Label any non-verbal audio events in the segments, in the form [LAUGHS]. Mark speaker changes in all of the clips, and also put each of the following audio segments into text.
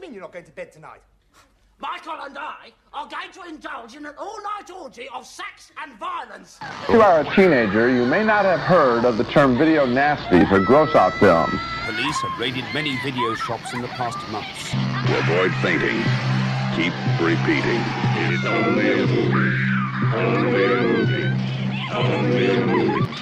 Speaker 1: mean you're not going to bed tonight?
Speaker 2: Michael and I are going to indulge in an all-night orgy of sex and violence.
Speaker 3: If you are a teenager, you may not have heard of the term video nasties or gross out films.
Speaker 4: Police have raided many video shops in the past months.
Speaker 5: Avoid thinking. Keep repeating. It's only a movie. Only a movie. Only a movie.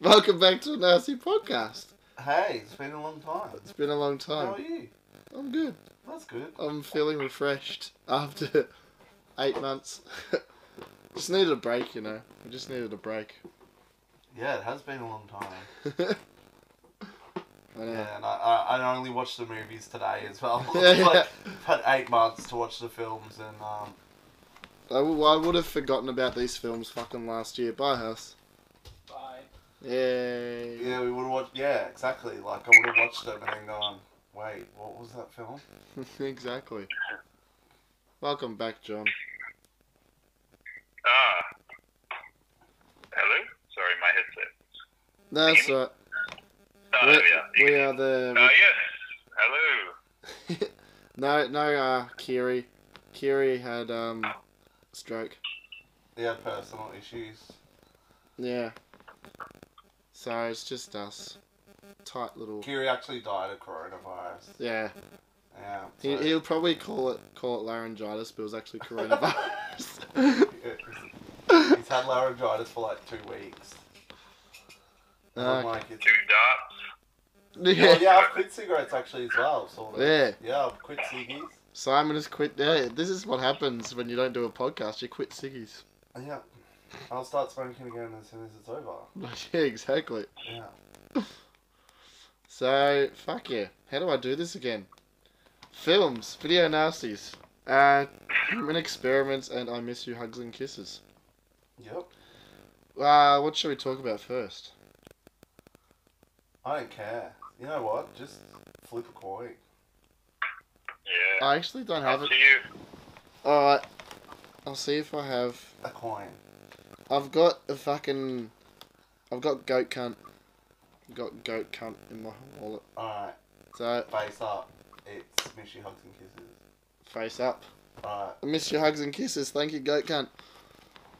Speaker 6: Welcome back to the Nasty Podcast.
Speaker 7: Hey, it's been a long time.
Speaker 6: It's been a long time.
Speaker 7: How are you?
Speaker 6: I'm good.
Speaker 7: That's good.
Speaker 6: I'm feeling refreshed after [LAUGHS] eight months. [LAUGHS] just needed a break, you know. I just needed a break.
Speaker 7: Yeah, it has been a long time.
Speaker 6: [LAUGHS] I know.
Speaker 7: Yeah, and I, I, I only watched the movies today as well.
Speaker 6: [LAUGHS] Yeah, yeah.
Speaker 7: like, had eight months to watch the films, and um,
Speaker 6: I, w- I would have forgotten about these films fucking last year. Bye, house.
Speaker 2: Bye.
Speaker 6: Yay. [LAUGHS]
Speaker 7: yeah, we would have watched. Yeah, exactly. Like I would have watched them and then gone, wait, what was that film?
Speaker 6: exactly. Welcome back, John.
Speaker 8: Ah. Hello? Sorry, my headset.
Speaker 6: No, that's all right.
Speaker 8: Oh, yeah.
Speaker 6: We, we are the.
Speaker 8: Ah, yes. Hello. [LAUGHS]
Speaker 6: No, no, uh, Kiri. Kiri had, um, stroke.
Speaker 7: Yeah, personal issues.
Speaker 6: Yeah. So it's just us. Tight little.
Speaker 7: Kiri actually died of coronavirus.
Speaker 6: Yeah.
Speaker 7: Yeah.
Speaker 6: He,
Speaker 7: so-
Speaker 6: he'll probably call it call it laryngitis, but it was actually coronavirus.
Speaker 7: [LAUGHS]
Speaker 6: [LAUGHS] Uh,
Speaker 7: He's had laryngitis for like two weeks. And I'm
Speaker 6: Okay.
Speaker 7: like, it's-
Speaker 8: Two darts.
Speaker 7: Well,
Speaker 6: yeah.
Speaker 7: yeah, I've quit cigarettes actually as well. Sort of.
Speaker 6: Yeah.
Speaker 7: Yeah, I've quit ciggies.
Speaker 6: Simon has quit. Yeah, this is what happens when you don't do a podcast. You quit ciggies. [LAUGHS]
Speaker 7: Yeah. I'll start smoking again as soon as it's over.
Speaker 6: yeah, exactly.
Speaker 7: Yeah.
Speaker 6: So fuck yeah. How do I do this again? Films, video nasties, uh, [CLEARS THROAT] human experiments, and I miss you hugs and kisses.
Speaker 7: Yep.
Speaker 6: Uh, what should we talk about first?
Speaker 7: I don't care. You know what? Just flip a coin.
Speaker 8: Yeah.
Speaker 6: I actually don't have
Speaker 8: Up to
Speaker 6: it.
Speaker 8: you.
Speaker 6: All right, I'll see if I have.
Speaker 7: A coin.
Speaker 6: I've got a fucking. I've got goat cunt. Got goat cunt in my wallet.
Speaker 7: Alright.
Speaker 6: So
Speaker 7: Face up. It's Mishy Hugs and Kisses.
Speaker 6: face up.
Speaker 7: Alright.
Speaker 6: I miss you hugs and kisses. Thank you, goat cunt.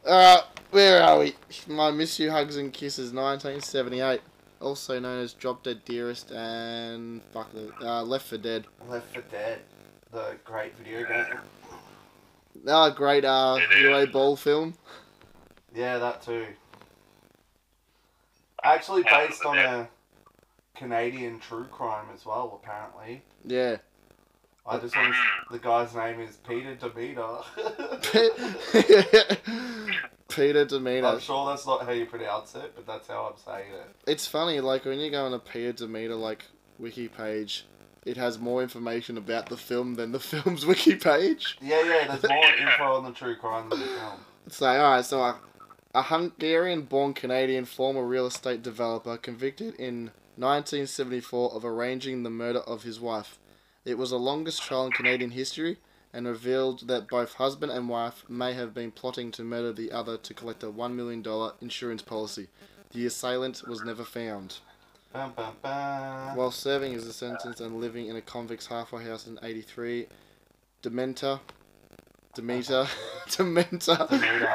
Speaker 6: Alright, where are we? My Miss You Hugs and Kisses, 1978. Also known as Drop Dead Dearest and fuck the, uh, Left for Dead.
Speaker 7: Left for Dead. The great video game.
Speaker 6: Ah, great uh, UA ball film.
Speaker 7: Yeah, that too. Actually
Speaker 8: House
Speaker 7: based
Speaker 8: of
Speaker 7: on
Speaker 8: the
Speaker 7: a Canadian true crime as well, apparently.
Speaker 6: Yeah.
Speaker 7: I just want the guy's name is Peter Demeter. [LAUGHS]
Speaker 6: [LAUGHS] Peter
Speaker 7: I'm
Speaker 6: Demeter.
Speaker 7: sure that's not how you pronounce it, but that's how I'm saying it.
Speaker 6: It's funny, like when you go on a Peter Demeter like wiki page, it has more information about the film than the [LAUGHS] film's wiki page.
Speaker 7: Yeah, yeah, there's more info on the true crime than the film.
Speaker 6: So, alright, so a, a Hungarian born Canadian former real estate developer convicted in 1974 of arranging the murder of his wife. It was the longest trial in Canadian history and revealed that both husband and wife may have been plotting to murder the other to collect a $1 million insurance policy. The assailant was never found.
Speaker 7: Bum, bum, bum.
Speaker 6: While serving his sentence and living in a convict's halfway house in 83, Dementor, Demeter, [LAUGHS] Dementor
Speaker 7: Demeter.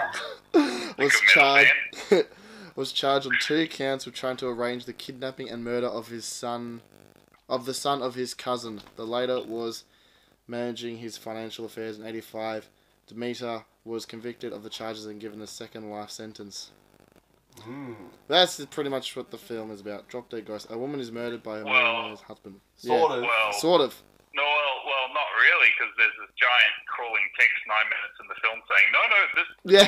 Speaker 6: was
Speaker 8: middle
Speaker 6: charged [LAUGHS] was charged on two counts with trying to arrange the kidnapping and murder of his son, of the son of his cousin. The latter was managing his financial affairs in 85. Demeter was convicted of the charges and given a second life sentence.
Speaker 8: Hmm.
Speaker 7: Mm.
Speaker 6: That's pretty much what the film is about. Drop Dead Ghost. A woman is murdered by her
Speaker 8: Well,
Speaker 6: man and his husband.
Speaker 7: Sort of.
Speaker 8: Well,
Speaker 6: Sort of.
Speaker 8: no, well, well, not really, because there's this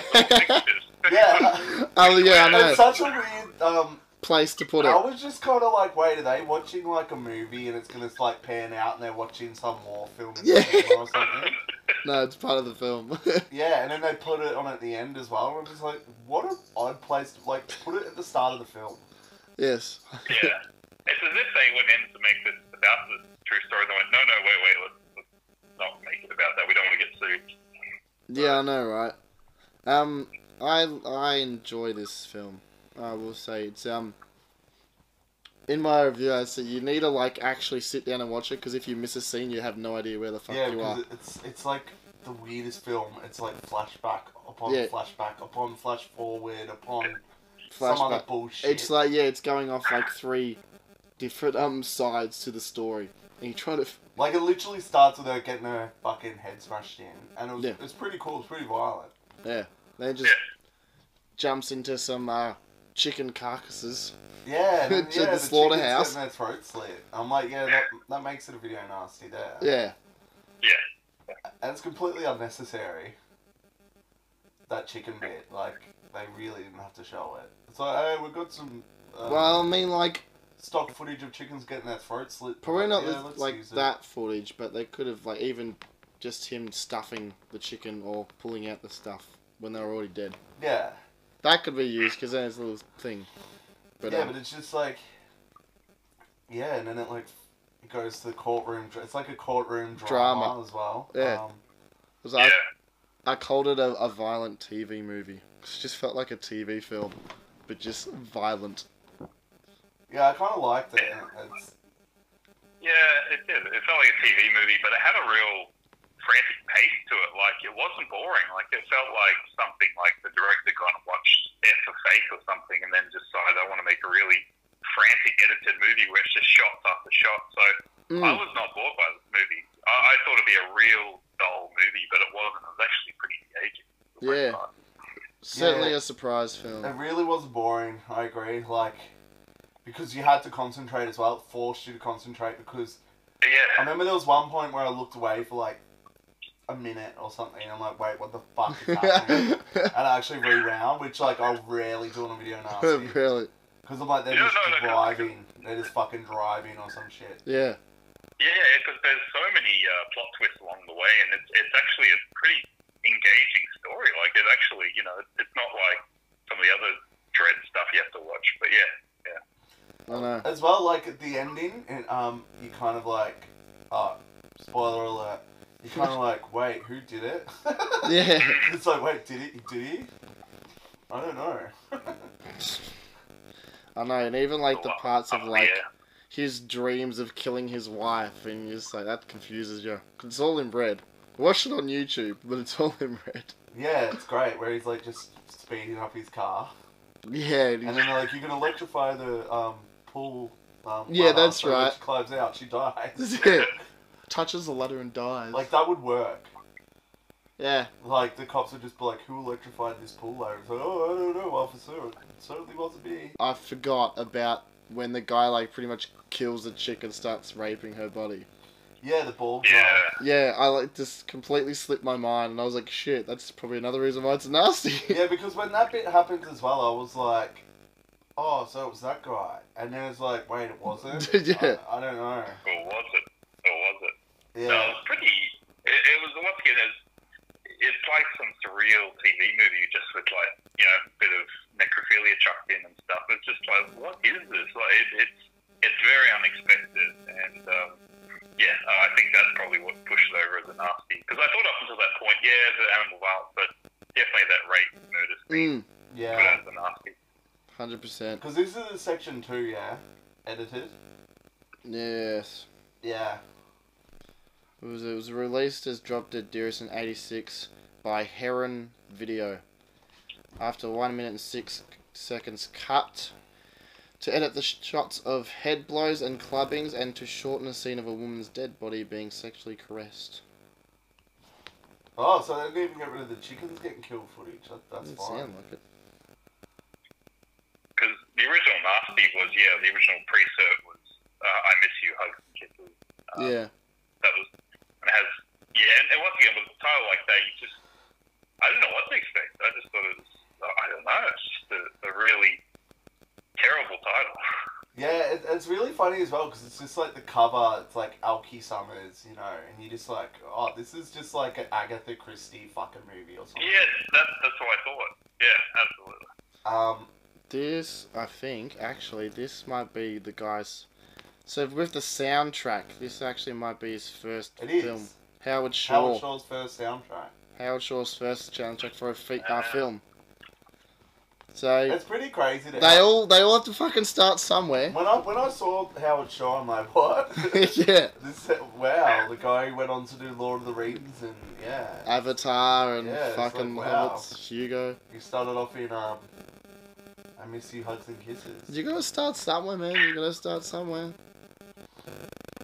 Speaker 8: giant crawling text nine minutes in the film saying, no, no, this
Speaker 6: Yeah.
Speaker 8: pictures.
Speaker 7: Yeah,
Speaker 6: oh, yeah, I know.
Speaker 7: it's such a weird. Um,
Speaker 6: Place to put
Speaker 7: I
Speaker 6: it.
Speaker 7: was just kind of like, wait, are they watching like a movie and it's gonna like pan out and they're watching some war film in
Speaker 6: Yeah.
Speaker 7: the cinema or something?
Speaker 6: No, it's part of the film. [LAUGHS]
Speaker 7: Yeah, and then they put it on at the end as well. And I'm just like, what an odd place to like put it at the start of the film.
Speaker 6: yes.
Speaker 8: yeah. It's as if they went in to make this about the true story. They went, no, no, wait, wait, let's, let's not make it about that. We don't want to get sued.
Speaker 6: Yeah, I know, right? Um, I I enjoy this film. I will say it's um, in my review, I said you need to like actually sit down and watch it because if you miss a scene, you have no idea where the fuck
Speaker 7: Yeah,
Speaker 6: you are.
Speaker 7: because it's it's like the weirdest film. It's like flashback upon
Speaker 6: Yeah.
Speaker 7: flashback upon flash forward upon some other
Speaker 6: Flashback.
Speaker 7: bullshit.
Speaker 6: It's like yeah, it's going off like three different um sides to the story, and you try to. f-
Speaker 7: Like, it literally starts with her getting her fucking head smashed in, and it was
Speaker 6: Yeah.
Speaker 7: it's pretty cool. It's pretty violent.
Speaker 6: Yeah, then it just jumps into some uh, chicken carcasses. [LAUGHS]
Speaker 7: Yeah, and then,
Speaker 6: To
Speaker 7: yeah,
Speaker 6: the
Speaker 7: the,
Speaker 6: slaughterhouse.
Speaker 7: chicken's getting their throat slit. I'm like, yeah, that, that makes it a video nasty there.
Speaker 6: Yeah,
Speaker 8: Yeah.
Speaker 7: And it's completely unnecessary. That chicken bit, like they really didn't have to show it. It's like, hey, we've got some uh,
Speaker 6: well, I mean like
Speaker 7: stock footage of chickens getting their throat slit.
Speaker 6: probably not
Speaker 7: Yeah,
Speaker 6: the-
Speaker 7: let's
Speaker 6: like
Speaker 7: use it.
Speaker 6: that footage, but they could have like even just him stuffing the chicken or pulling out the stuff when they were already dead.
Speaker 7: Yeah,
Speaker 6: That could be used because then it's a little thing. But,
Speaker 7: yeah,
Speaker 6: um,
Speaker 7: but it's just like, yeah, and then it like it goes to the courtroom. dra- It's like a courtroom drama,
Speaker 6: Drama.
Speaker 7: as well.
Speaker 6: Yeah.
Speaker 7: Um,
Speaker 6: it was,
Speaker 8: Yeah.
Speaker 6: I, I called it a, a violent TV movie. 'Cause It just felt like a TV film, but just violent.
Speaker 7: yeah, I kind of liked it. and It's,
Speaker 8: Yeah, it did. It felt like a TV movie, but it had a real frantic pace to it. Like it wasn't boring. Like it felt like something like the director gone and watched F for Fake or something, and then decided I want to make a really frantic edited movie where it's just shots after shot. So I was not bored by this movie. I, I thought it'd be a real dull movie, but it wasn't. It was actually pretty engaging. for the most
Speaker 6: Yeah.
Speaker 8: part.
Speaker 6: Certainly
Speaker 7: Yeah.
Speaker 6: a surprise
Speaker 7: it
Speaker 6: film.
Speaker 7: really was boring. I agree. Like because you had to concentrate as well. It forced you to concentrate because
Speaker 8: Yeah.
Speaker 7: I remember there was one point where I looked away for like a minute or something. And I'm like, wait, what the fuck
Speaker 6: [LAUGHS]
Speaker 7: is happening? and I actually rewound, which like I rarely do on a video
Speaker 6: [LAUGHS]
Speaker 7: nasty.
Speaker 6: really?
Speaker 7: Because I'm like, they're
Speaker 8: Yeah,
Speaker 7: just
Speaker 8: no, no, no.
Speaker 7: driving. They're just fucking driving or some shit.
Speaker 6: Yeah.
Speaker 8: Yeah, because there's so many uh, plot twists along the way, and it's it's actually a pretty engaging story. Like it actually, you know, it's not like some of the other dread stuff you have to watch. But yeah, yeah,
Speaker 6: I know.
Speaker 7: As well, like at the ending, and um, you kind of like, oh, spoiler alert. You kind of like, wait, who did it?
Speaker 6: Yeah.
Speaker 7: [LAUGHS] it's like, wait, did it? Did he? I don't know.
Speaker 6: I know. And even like the
Speaker 8: Well,
Speaker 6: parts of
Speaker 8: uh,
Speaker 6: like
Speaker 8: yeah.
Speaker 6: his dreams of killing his wife, and you're just like, that confuses you. 'Cause It's all in red. Watch it on YouTube, but it's all in red.
Speaker 7: Yeah, it's great where he's like just speeding up his car,
Speaker 6: Yeah. and
Speaker 7: and [LAUGHS]
Speaker 6: he's-
Speaker 7: then they're like, you can electrify the um pool. Um,
Speaker 6: Yeah,
Speaker 7: ladder,"
Speaker 6: that's
Speaker 7: when
Speaker 6: right.
Speaker 7: She climbs out.
Speaker 6: [LAUGHS]
Speaker 7: She dies.
Speaker 6: That's it. Touches the ladder and dies.
Speaker 7: like that would work.
Speaker 6: yeah.
Speaker 7: Like the cops would just be like, "Who electrified this pool?" ladder?" It's like, "Oh, I don't know, officer. It certainly wasn't me."
Speaker 6: I forgot about when the guy like pretty much kills the chick and starts raping her body.
Speaker 7: Yeah, the ball.
Speaker 8: yeah.
Speaker 6: Yeah, I like just completely slipped my mind, and I was like, shit, that's probably another reason why it's nasty.
Speaker 7: Yeah, because when that bit happens as well, I was like, "Oh, so it was that guy," and then it's like, "Wait, it wasn't."
Speaker 6: Yeah.
Speaker 7: I, I don't know.
Speaker 8: Or was it? Or was it? No,
Speaker 7: Yeah.
Speaker 8: it's pretty. It, it was once again, it's, it's like some surreal TV movie, just with like you know a bit of necrophilia chucked in and stuff. It's just like, what is this? Like, it, it's it's very unexpected, and um, yeah, I think that's probably what pushed it over as a nasty. Because I thought up until that point, yeah, the animal violence, but definitely that rape murder scene
Speaker 6: [LAUGHS] Mm,
Speaker 8: put
Speaker 7: Yeah.
Speaker 8: out as a nasty.
Speaker 6: 100%.
Speaker 7: Because this is section two, yeah, edited.
Speaker 6: Yes.
Speaker 7: Yeah.
Speaker 6: It was, it was released as Drop Dead Dearest in 86 by Heron Video. After 1 minute and 6 seconds cut, to edit the shots of head blows and clubbings, and to shorten a scene of a woman's dead body being sexually caressed.
Speaker 7: Oh, so they didn't even get rid of the chickens getting killed footage. That, that's
Speaker 6: Doesn't
Speaker 7: fine.
Speaker 6: sound like it.
Speaker 8: Because the original nasty was yeah, the original pre-cert was uh, I miss you, hugs and kisses. Uh,
Speaker 7: Um,
Speaker 6: yeah.
Speaker 8: that was and it has yeah, and, and once again with a title like that, you just I don't know what to expect. I just thought it was I don't know, it's just a, a really terrible title. [LAUGHS]
Speaker 7: Yeah, it, it's really funny as well because it's just like the cover. It's like Alki Summers, you know, and you're just like, oh, this is just like an Agatha Christie fucking movie or something.
Speaker 8: yeah, that's that's what I thought. Yeah, absolutely.
Speaker 7: Um,
Speaker 6: This, I think, actually, this might be the guy's. So with the soundtrack, this actually might be his first
Speaker 7: it is
Speaker 6: film. Howard Shaw.
Speaker 7: Howard Shaw's first soundtrack.
Speaker 6: Howard Shaw's first soundtrack for a fe- uh, film. So
Speaker 7: It's pretty crazy. To
Speaker 6: they all they all have to fucking start somewhere. [LAUGHS]
Speaker 7: When I when I saw Howard Shaw, I'm like, what? [LAUGHS]
Speaker 6: yeah,
Speaker 7: this wow, the guy who went on to do Lord of the Rings and yeah,
Speaker 6: Avatar and
Speaker 7: Yeah, it's
Speaker 6: fucking
Speaker 7: like, wow.
Speaker 6: Hobbits, Hugo.
Speaker 7: he started off in um, I miss you hugs and kisses.
Speaker 6: You gotta start somewhere, man. You gotta start somewhere.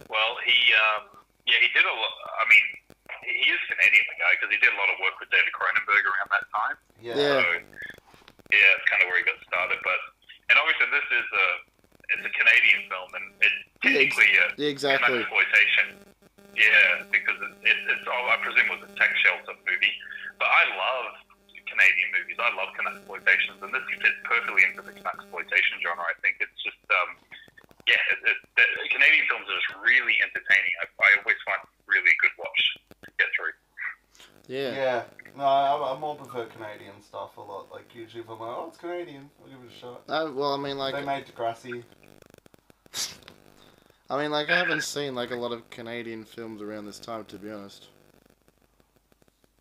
Speaker 8: Well, he, um, yeah, he did a lot. I mean, he is Canadian, the guy, because he did a lot of work with David Cronenberg around that time.
Speaker 7: yeah.
Speaker 6: Yeah.
Speaker 8: So, yeah, it's kind of where he got started. But and obviously, this is a it's a Canadian film, and it's technically uh, a
Speaker 6: Yeah, exactly.
Speaker 8: an exploitation. Yeah, because it, it, it's oh, I presume it was a tax shelter movie, but I love Canadian movies. I love Canuck exploitations, and this fits perfectly into the Canuck exploitation genre. I think it's just um, yeah, it, it, the Canadian films are just really entertaining. I, I always find really good watch to get through.
Speaker 6: Yeah.
Speaker 7: Yeah. No, I, I more prefer Canadian stuff a lot. Like usually, if I'm like, oh, it's Canadian, I'll give it a shot.
Speaker 6: No, Uh, well, I mean, like,
Speaker 7: They made Degrassi.
Speaker 6: I mean, like, I haven't seen like a lot of Canadian films around this time, to be honest.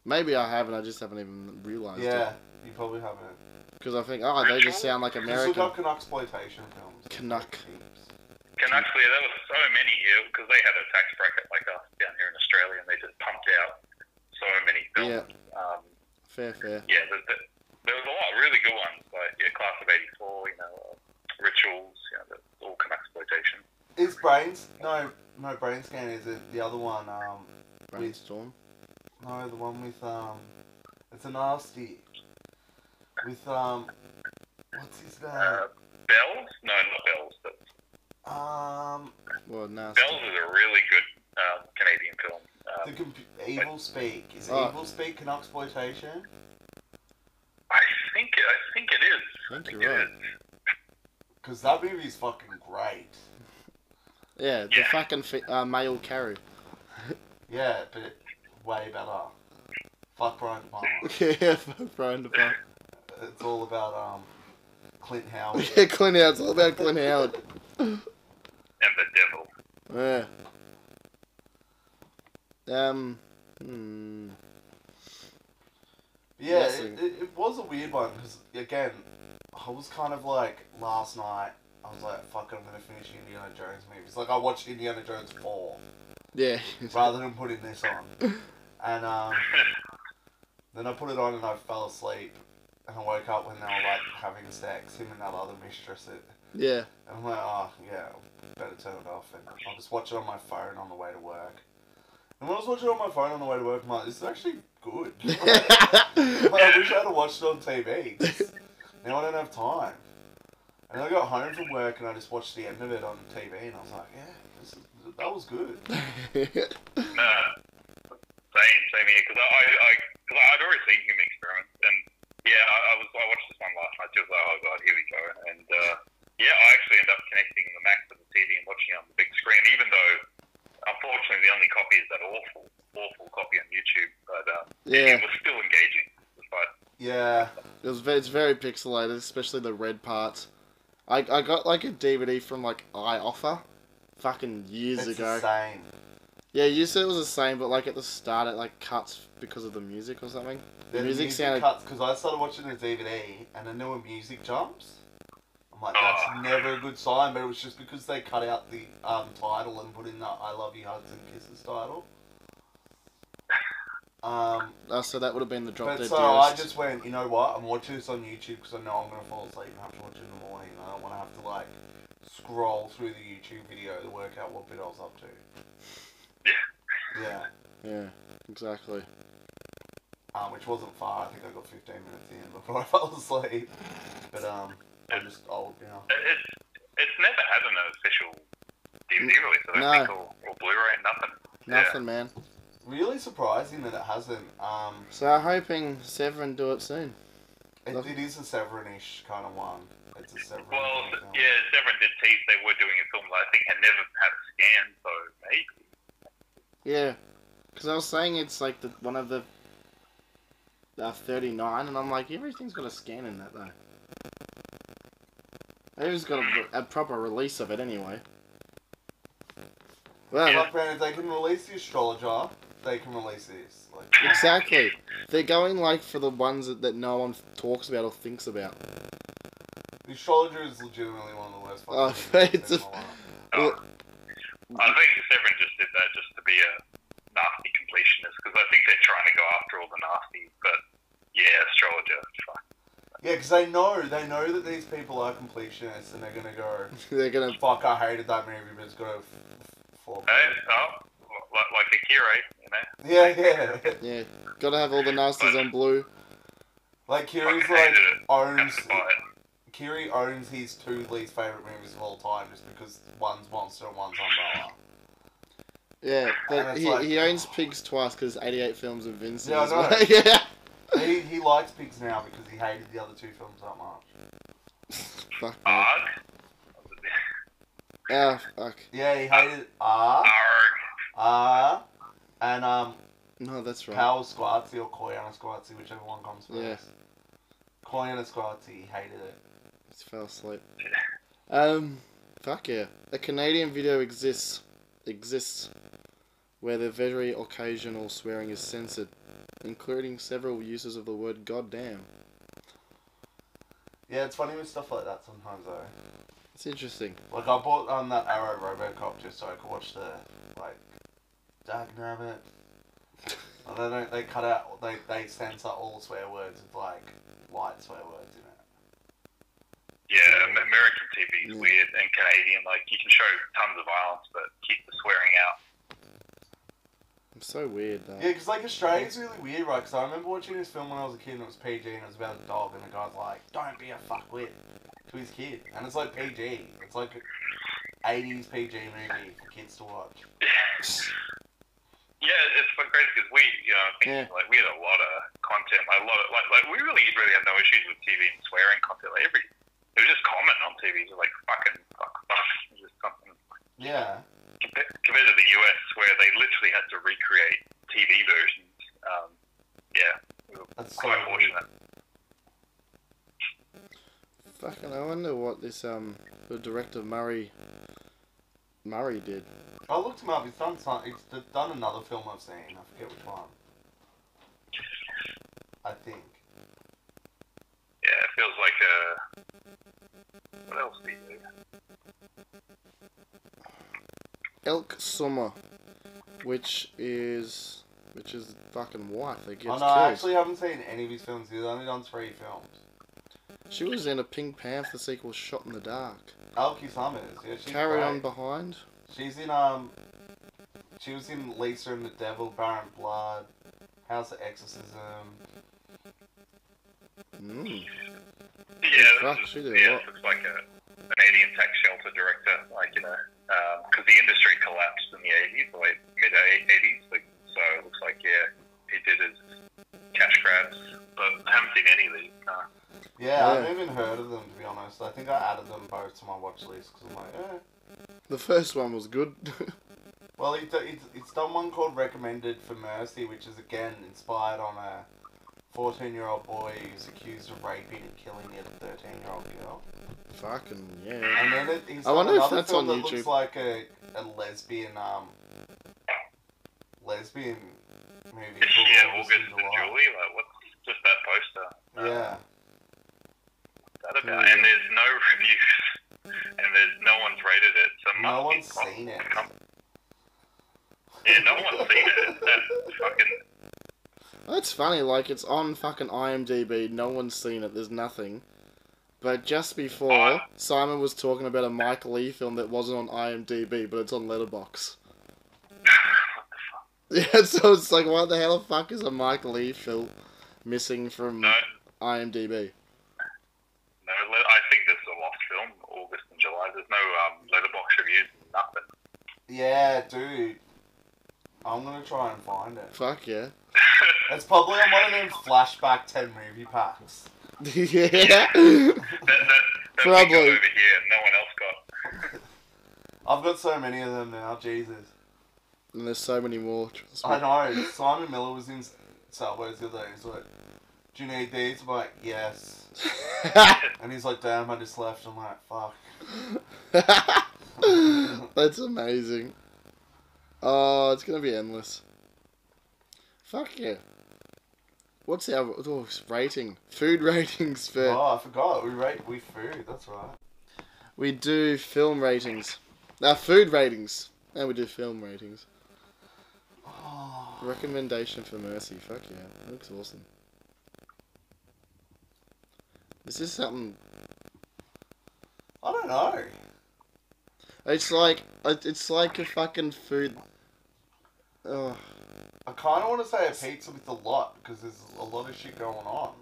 Speaker 6: Maybe I haven't. I just haven't even realized
Speaker 7: Yeah, you probably haven't.
Speaker 6: Because I think, oh, they just sound like
Speaker 7: Just look
Speaker 6: American.
Speaker 7: up Canuck exploitation films.
Speaker 6: Canuck.
Speaker 8: Canucks, yeah, there was so many because they had a tax bracket like us down here in Australia, and they just pumped out so many films. Um,
Speaker 6: Fair, fair.
Speaker 8: yeah, there, there, there was a lot of really good ones, like yeah, Class of '84, you know, uh, Rituals, you know, that's all Canuck exploitation.
Speaker 7: Is brains? No, no brain scan. Is it the other one? Um,
Speaker 6: Brainstorm.
Speaker 7: no, the one with um, it's a nasty. With um, what's his
Speaker 6: Mm.
Speaker 7: name?
Speaker 8: Uh, Bells? No, not Bells. But
Speaker 7: Um,
Speaker 6: Well, nasty.
Speaker 8: Bells is a really good um, Canadian film. Um,
Speaker 7: the comp- evil speak. Is
Speaker 6: Oh.
Speaker 7: evil speak Canuck exploitation?
Speaker 8: I think I think it is.
Speaker 6: I think
Speaker 8: it
Speaker 6: you're right.
Speaker 8: is.
Speaker 7: Because that movie's fucking great.
Speaker 6: Yeah, the
Speaker 8: Yeah.
Speaker 6: fucking fi- uh, male carry.
Speaker 7: Yeah, but way better. Fuck Brian De Palma.
Speaker 6: [LAUGHS] yeah, fuck Brian De [LAUGHS] Palma.
Speaker 7: It's all about um, Clint
Speaker 6: [LAUGHS]
Speaker 7: Howard.
Speaker 6: Yeah, Clint Howard. It's all about Clint Howard.
Speaker 8: And the Devil.
Speaker 6: Yeah. Um. Hmm.
Speaker 7: Yeah,
Speaker 6: Yes,
Speaker 7: it,
Speaker 6: sir.
Speaker 7: it, it was a weird one because again, I was kind of like last night. I was like, "Fuck, it, I'm gonna finish Indiana Jones movies." Like I watched Indiana Jones four
Speaker 6: Yeah. [LAUGHS]
Speaker 7: rather than putting this on, and um, then I put it on and I fell asleep. And I woke up when they were like having sex, him and that other mistress. It,
Speaker 6: yeah. [LAUGHS]
Speaker 7: and I'm like, oh yeah, better turn it off. And I'll just watch it on my phone on the way to work. And when I was watching it on my phone on the way to work, I'm like, this is actually good. [LAUGHS] Like, I wish I'd have watched it on TV. 'cause Now I don't have time. And I got home from work and I just watched the end of it on TV and I was like, yeah, this is, that was good.
Speaker 8: Uh, same, same here. Because I, I, I, cause I'd already seen Human Experiments, and yeah, I, I was I watched this one last night. too. I was like, oh god, here we go. And uh, yeah, I actually ended up connecting the Mac to the TV and watching it on the big screen, even though unfortunately the only copy is that awful, awful copy on YouTube. But um,
Speaker 6: Yeah.
Speaker 8: it was still engaging. Despite,
Speaker 7: Yeah.
Speaker 6: It was ve- it's very pixelated, especially the red parts. I, I got like a DVD from like iOffer fucking years
Speaker 7: it's
Speaker 6: ago.
Speaker 7: the same.
Speaker 6: Yeah, you said it was the same, but like at the start it like cuts because of the music or something. The
Speaker 7: Then
Speaker 6: music sounded-
Speaker 7: cuts because I started watching the DVD and then there were music jumps. I'm like,
Speaker 8: Oh.
Speaker 7: that's never a good sign, but it was just because they cut out the um, title and put in the I Love You Hugs and Kisses title.
Speaker 6: [LAUGHS]
Speaker 7: Um,
Speaker 6: Oh, so that would have been the drop
Speaker 7: But
Speaker 6: dead
Speaker 7: so I
Speaker 6: dearest.
Speaker 7: just went, you know what? I'm watching this on YouTube because I know I'm gonna fall asleep and have to watch it in the morning. I don't want to have to like scroll through the YouTube video to work out what bit I was up to. Yeah,
Speaker 6: Yeah, exactly.
Speaker 7: um, which wasn't far. I think I got 15 minutes in before [LAUGHS] I fell asleep. But um, I'm just old now.
Speaker 8: it- it's it's never had an official DVD release. I don't
Speaker 6: No.
Speaker 8: think or, or Blu-ray, nothing.
Speaker 6: Nothing, man.
Speaker 7: Really surprising that it hasn't. Um,
Speaker 6: So I'm hoping Severin do it soon.
Speaker 7: it,
Speaker 6: Look-
Speaker 7: it is a Severinish kind of one. It's a Severin.
Speaker 8: Well,
Speaker 7: kind of film.
Speaker 8: yeah, Severin did tease they were doing a film that I think had never had a scan, so maybe.
Speaker 6: Yeah, because I was saying it's like the one of the uh, 39, and I'm like, everything's got a scan in that though. They've got a, a proper release of it anyway. Well,
Speaker 7: Like, man, if they can release the astrologer they can release this. Like,
Speaker 8: [LAUGHS]
Speaker 6: Exactly. They're going like for the ones that, that no one talks about or thinks about. [LAUGHS]
Speaker 7: The astrologer is legitimately one of the worst.
Speaker 6: Oh, [LAUGHS]
Speaker 7: fucking
Speaker 6: it's
Speaker 7: things
Speaker 6: a-
Speaker 7: I've seen in my life.
Speaker 8: Oh. I think Severin just did that just to be a nasty completionist because I think they're trying to go after all the nasties. But yeah, astrologer. Fuck.
Speaker 7: Yeah, because they know they know that these people are completionists, and they're gonna go,
Speaker 6: They're gonna.
Speaker 7: "Fuck, I hated that movie, but it's gonna fall."
Speaker 8: Hey, oh, like, like Akira, you know.
Speaker 7: Yeah, yeah.
Speaker 6: Yeah, gotta have all the nasties on blue.
Speaker 7: Like Kiri's
Speaker 8: Fucking
Speaker 7: like
Speaker 8: hated it. Have
Speaker 7: owns
Speaker 8: to buy it.
Speaker 7: Kiri owns his two least favorite movies of all time just because one's Monster and one's Umbrella.
Speaker 6: Yeah,
Speaker 7: And
Speaker 6: but
Speaker 7: it's
Speaker 6: he,
Speaker 7: like-
Speaker 6: he owns pigs twice because 88 films of Vincent.
Speaker 7: Yeah, I
Speaker 6: as well.
Speaker 7: know.
Speaker 6: [LAUGHS] yeah.
Speaker 7: he, he likes Pigs now because he hated the other two films that much.
Speaker 6: Fuck. man.
Speaker 8: Arg.
Speaker 6: Ah, fuck.
Speaker 7: Yeah, he hated R,
Speaker 8: Arg.
Speaker 7: R, and um
Speaker 6: No, that's right.
Speaker 7: Powell Squatsy or Koyana Squatsy, whichever one comes first.
Speaker 6: Yeah.
Speaker 7: Koyana Squatsy, he hated it.
Speaker 6: Just fell asleep. Um, fuck yeah. A Canadian video exists, exists, where the very occasional swearing is censored, including several uses of the word goddamn.
Speaker 7: Yeah, it's funny with stuff like that sometimes though.
Speaker 6: It's interesting.
Speaker 7: Like I bought um that Arrow RoboCop just so I could watch the like Dagnabbit. And they don't they cut out they they censor all swear words with like light swear words in it.
Speaker 8: Yeah, Am- American TV is
Speaker 6: Yeah.
Speaker 8: weird and Canadian. Like you can show tons of violence, but keep the swearing out.
Speaker 6: I'm so weird though.
Speaker 7: Yeah, because like Australia's really weird, right? Because I remember watching this film when I was a kid and it was PG and it was about a dog and the guy's like, "Don't be a fuckwit" to his kid, and it's like PG. It's like a 80s PG movie for kids to watch.
Speaker 8: Yeah, it's like crazy because we, you know, I'm thinking,
Speaker 6: Yeah.
Speaker 8: like we had a lot of content, like a lot of like, like we really, really had no issues with TV and swearing content. Like every, it was just comment on TV, just like fucking fuck, fuck, just something.
Speaker 7: Yeah.
Speaker 8: Compa- Compared to the US, where they literally had to recreate TV versions. Um, yeah, we were
Speaker 7: That's so
Speaker 8: quite
Speaker 7: weird.
Speaker 8: fortunate.
Speaker 6: Fucking, I wonder what this um the director Murray Murray did.
Speaker 7: I looked him up. He's done some. He's d- done another film I've seen. I forget which one. I think.
Speaker 8: Yeah, it feels like a. What else do you do?
Speaker 6: Elk Summer, which is which is fucking wife that gets
Speaker 7: oh no, I
Speaker 6: killed.
Speaker 7: actually haven't seen any of his films. He's only done three films.
Speaker 6: She was in a Pink Panther sequel, Shot in the Dark.
Speaker 7: Aoki Summers. Yeah, she's
Speaker 6: Carry
Speaker 7: great.
Speaker 6: on behind.
Speaker 7: She's in um. She was in Lisa and the Devil, Baron Blood, House of Exorcism.
Speaker 6: Mm.
Speaker 8: Yeah,
Speaker 6: Fuck,
Speaker 8: this
Speaker 6: she
Speaker 8: is,
Speaker 6: did a
Speaker 8: yeah,
Speaker 6: lot.
Speaker 8: it's like a Canadian tax shelter director, like you know, because the industry collapsed in the eighties, like mid eighties. Like, so it looks like yeah, he did his cash grabs, but I haven't seen any of these. No.
Speaker 7: Yeah, I
Speaker 6: Yeah.
Speaker 7: haven't even heard of them to be honest. I think I added them both to my watch list because I'm like, eh.
Speaker 6: The first one was good. [LAUGHS]
Speaker 7: Well, it, it's, it's done one called Recommended for Mercy, which is again inspired on a 14 year old boy who's accused of raping and killing yet a 13 year old girl.
Speaker 6: fucking yeah.
Speaker 7: And then it, he's
Speaker 6: I
Speaker 7: done
Speaker 6: wonder if
Speaker 7: another
Speaker 6: that's
Speaker 7: film
Speaker 6: on
Speaker 7: that
Speaker 6: YouTube.
Speaker 7: looks like a, a lesbian um lesbian movie called
Speaker 8: Yeah,
Speaker 7: August
Speaker 8: August
Speaker 7: in
Speaker 8: and Julie. Like, what's just that poster? No,
Speaker 7: Yeah.
Speaker 8: what's that about?
Speaker 6: Yeah.
Speaker 8: And there's no [LAUGHS] reviews, and there's no one's rated it. So it
Speaker 7: No
Speaker 8: must be
Speaker 7: one's
Speaker 8: com-
Speaker 7: seen it.
Speaker 8: com- yeah, no one's seen it. That's fucking.
Speaker 6: That's funny. Like it's on fucking IMDb. No one's seen it. There's nothing. But just before Simon was talking about a Mike Lee film that wasn't on IMDb, but it's on Letterbox. [LAUGHS] Yeah, so it's like, what the hell the fuck is a Mike Lee film missing from
Speaker 8: No,
Speaker 6: IMDb?
Speaker 8: No, le- I think this is a lost film. August and July. There's no um, letterbox reviews. Nothing.
Speaker 7: Yeah, dude. I'm gonna try and find it.
Speaker 6: Fuck yeah. [LAUGHS]
Speaker 7: It's probably on one of them flashback 10 movie packs.
Speaker 6: yeah.
Speaker 8: That, that, that we
Speaker 6: Probably.
Speaker 8: got over here. No one else got.
Speaker 7: I've got so many of them now, Jesus.
Speaker 6: And there's so many more. trust me.
Speaker 7: I know. Simon Miller was in Subways the other day. He's like, "Do you need these?" I'm like,
Speaker 6: [LAUGHS]
Speaker 7: "Yes." and he's like, "Damn, I just left." I'm like, "Fuck."
Speaker 6: That's amazing. Oh, it's gonna be endless. Fuck yeah. What's our oh, it's rating? Food [LAUGHS] ratings for.
Speaker 7: Oh, I forgot. We rate we food. That's right.
Speaker 6: We do film ratings. Now, food ratings. And we do film ratings.
Speaker 7: Oh,
Speaker 6: Recommendation for Mercy. Fuck yeah. That looks awesome. Is this something.
Speaker 7: I don't know.
Speaker 6: It's like. it- It's like a fucking food. Oh.
Speaker 7: I kind of want to say a pizza with a lot because there's a lot of shit going on.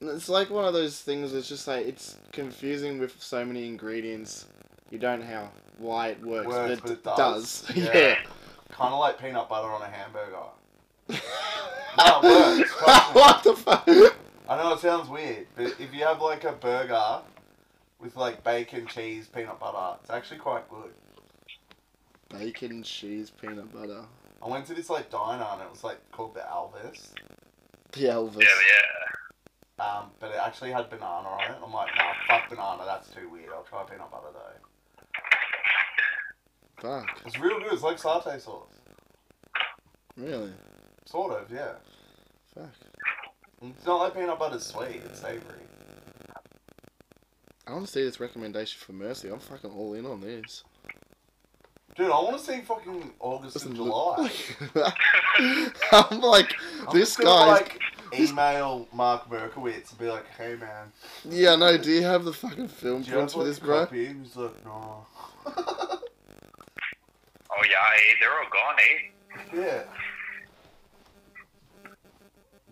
Speaker 6: It's like one of those things that's just like. It's confusing with so many ingredients. You don't know how. Why it works. but it, does. [LAUGHS] yeah.
Speaker 7: Kind of like peanut butter on a hamburger.
Speaker 6: [LAUGHS]
Speaker 7: no, it works. trust me.
Speaker 6: what the fuck?
Speaker 7: I know it sounds weird, but if you have like a burger with like bacon, cheese, peanut butter, it's actually quite good.
Speaker 6: Bacon, cheese, peanut butter.
Speaker 7: I went to this like diner and it was like called the Elvis,
Speaker 6: The Elvis.
Speaker 8: Yeah, yeah.
Speaker 7: um, but it actually had banana on it. I'm like, nah, fuck banana, that's too weird. I'll try peanut butter though.
Speaker 6: Fuck.
Speaker 7: It's real good. It's like satay sauce,
Speaker 6: Really?
Speaker 7: sort of, yeah.
Speaker 6: Fuck.
Speaker 7: It's not like peanut butter's sweet. It's savory.
Speaker 6: I want to see this recommendation for Mercy. I'm fucking all in on this.
Speaker 7: Dude, I want to see fucking August and [LAUGHS] July.
Speaker 6: [LAUGHS] I'm like,
Speaker 7: I'm
Speaker 6: this
Speaker 7: just gonna,
Speaker 6: guy.
Speaker 7: like email Mark Berkowitz and be like, hey man,
Speaker 6: Yeah, no. Do you have the fucking film
Speaker 7: do you
Speaker 6: prints
Speaker 7: have
Speaker 6: for
Speaker 7: like,
Speaker 6: this,
Speaker 7: a
Speaker 6: bro?
Speaker 7: copy? And He's like, no.
Speaker 8: Oh yeah, eh? they're all gone, eh?
Speaker 7: Yeah.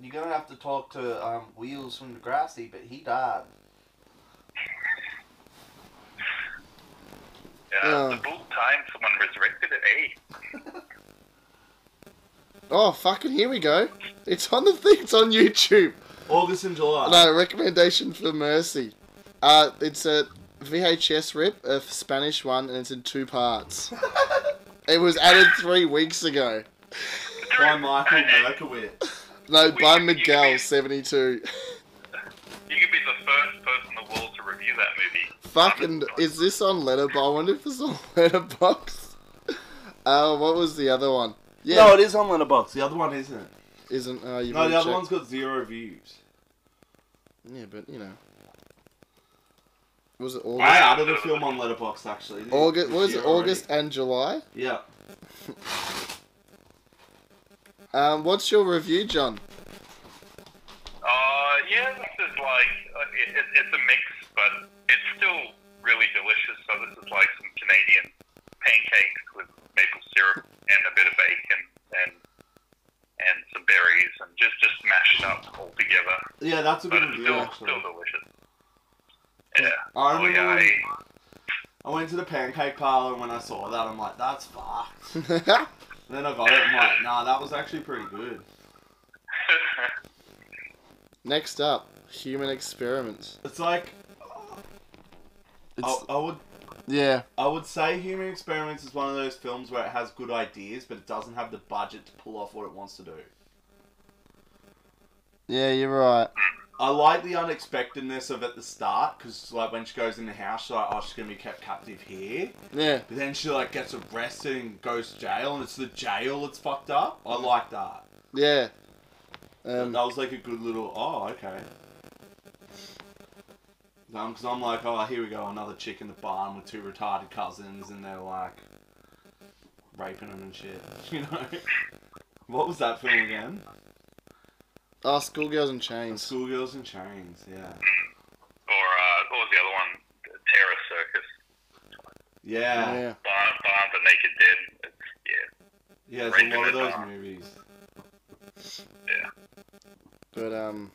Speaker 7: You're gonna have to talk to um, Wheels from Degrassi, but he died.
Speaker 8: Yeah.
Speaker 6: Yeah.
Speaker 8: It's about time someone resurrected it, eh?
Speaker 6: Oh, fucking here we go. It's on the thing. It's on YouTube.
Speaker 7: August and July.
Speaker 6: No recommendation for Mercy. Uh, it's a VHS rip, a Spanish one, and it's in two parts. it was added three weeks ago.
Speaker 7: By Michael Merkowitz.
Speaker 6: No, by Miguel seventy two.
Speaker 8: You could be the first person in the world to review that movie.
Speaker 6: Fucking, is this on Letterbox? I wonder if it's on Letterbox. [LAUGHS] Uh, what was the other one? Yeah,
Speaker 7: No, it is on Letterbox. The other one isn't.
Speaker 6: isn't. Uh, you
Speaker 7: No,
Speaker 6: better
Speaker 7: the other
Speaker 6: check.
Speaker 7: one's got zero views.
Speaker 6: Yeah, but you know, was it August?
Speaker 7: I added a film on Letterbox actually.
Speaker 6: August
Speaker 7: this
Speaker 6: what is
Speaker 7: year
Speaker 6: it? August
Speaker 7: already.
Speaker 6: and July.
Speaker 7: Yeah.
Speaker 6: Um, what's your review, John? [LAUGHS]
Speaker 8: Uh, yeah, this is like uh, it, it, it's a mix, but it's still really delicious. So this is like some Canadian pancakes with maple syrup and a bit of bacon and and some berries and just just mashed up all together.
Speaker 7: Mm-hmm. Yeah, that's a
Speaker 8: But
Speaker 7: good
Speaker 8: it's
Speaker 7: review
Speaker 8: still
Speaker 7: actually.
Speaker 8: still delicious. Yeah.
Speaker 7: I
Speaker 8: Oh
Speaker 7: remember
Speaker 8: yeah.
Speaker 7: when-
Speaker 8: eh?
Speaker 7: I went to the pancake parlor and when I saw that, I'm like, that's fucked.
Speaker 6: [LAUGHS]
Speaker 7: And then I got it, I'm like, nah, that was actually pretty good.
Speaker 6: Next up, human experiments.
Speaker 7: It's like, I,
Speaker 6: It's,
Speaker 7: I would
Speaker 6: yeah,
Speaker 7: I would say Human Experiments is one of those films where it has good ideas, but it doesn't have the budget to pull off what it wants to do.
Speaker 6: yeah, you're right.
Speaker 7: I like the unexpectedness of at the start, because like when she goes in the house, she's like, oh, she's gonna be kept captive here.
Speaker 6: Yeah,
Speaker 7: But then she like gets arrested and goes to jail, and it's the jail that's fucked up. I like that.
Speaker 6: yeah.
Speaker 7: That
Speaker 6: Um,
Speaker 7: was like a good little. Oh, okay. Because I'm like, oh, here we go, another chick in the barn with two retarded cousins, and they're like raping them and shit. [LAUGHS] You know. what was that film again?
Speaker 6: oh, schoolgirls in chains.
Speaker 7: Schoolgirls in Chains. Yeah.
Speaker 8: [LAUGHS] Or uh, what was the other one? Terror Circus.
Speaker 7: Yeah. Yeah.
Speaker 6: Yeah,
Speaker 8: Barn, Barn the Naked Dead. It's, yeah.
Speaker 7: there's a lot of those movies.
Speaker 6: but um,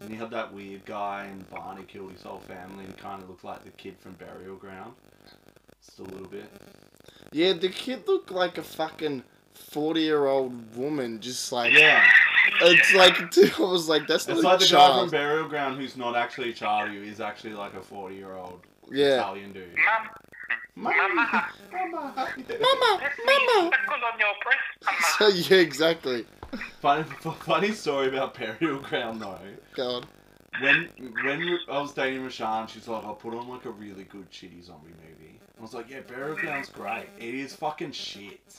Speaker 7: And you had that weird guy in barn who killed his whole family and kind of looked like the kid from Burial Ground. Just a little bit.
Speaker 6: yeah, the kid looked like a fucking forty-year-old woman. Just like
Speaker 7: Yeah.
Speaker 6: it's like, [LAUGHS] dude, I was like, that's not
Speaker 7: It's
Speaker 6: a
Speaker 7: like the guy from
Speaker 6: child.
Speaker 7: Burial Ground who's not actually a child, who is actually like a 40 year old
Speaker 6: yeah,
Speaker 7: Italian dude.
Speaker 8: Mum, Mama.
Speaker 6: mama,
Speaker 8: let me
Speaker 6: mama.
Speaker 8: suckle on your breast, Mama.
Speaker 6: [LAUGHS] So yeah, exactly.
Speaker 7: [LAUGHS] funny, funny story about Burial Ground though.
Speaker 6: God.
Speaker 7: When when I was dating Rashan, she's like, I'll put on like a really good shitty zombie movie. I was like, yeah, Burial Ground's great. It is fucking shit.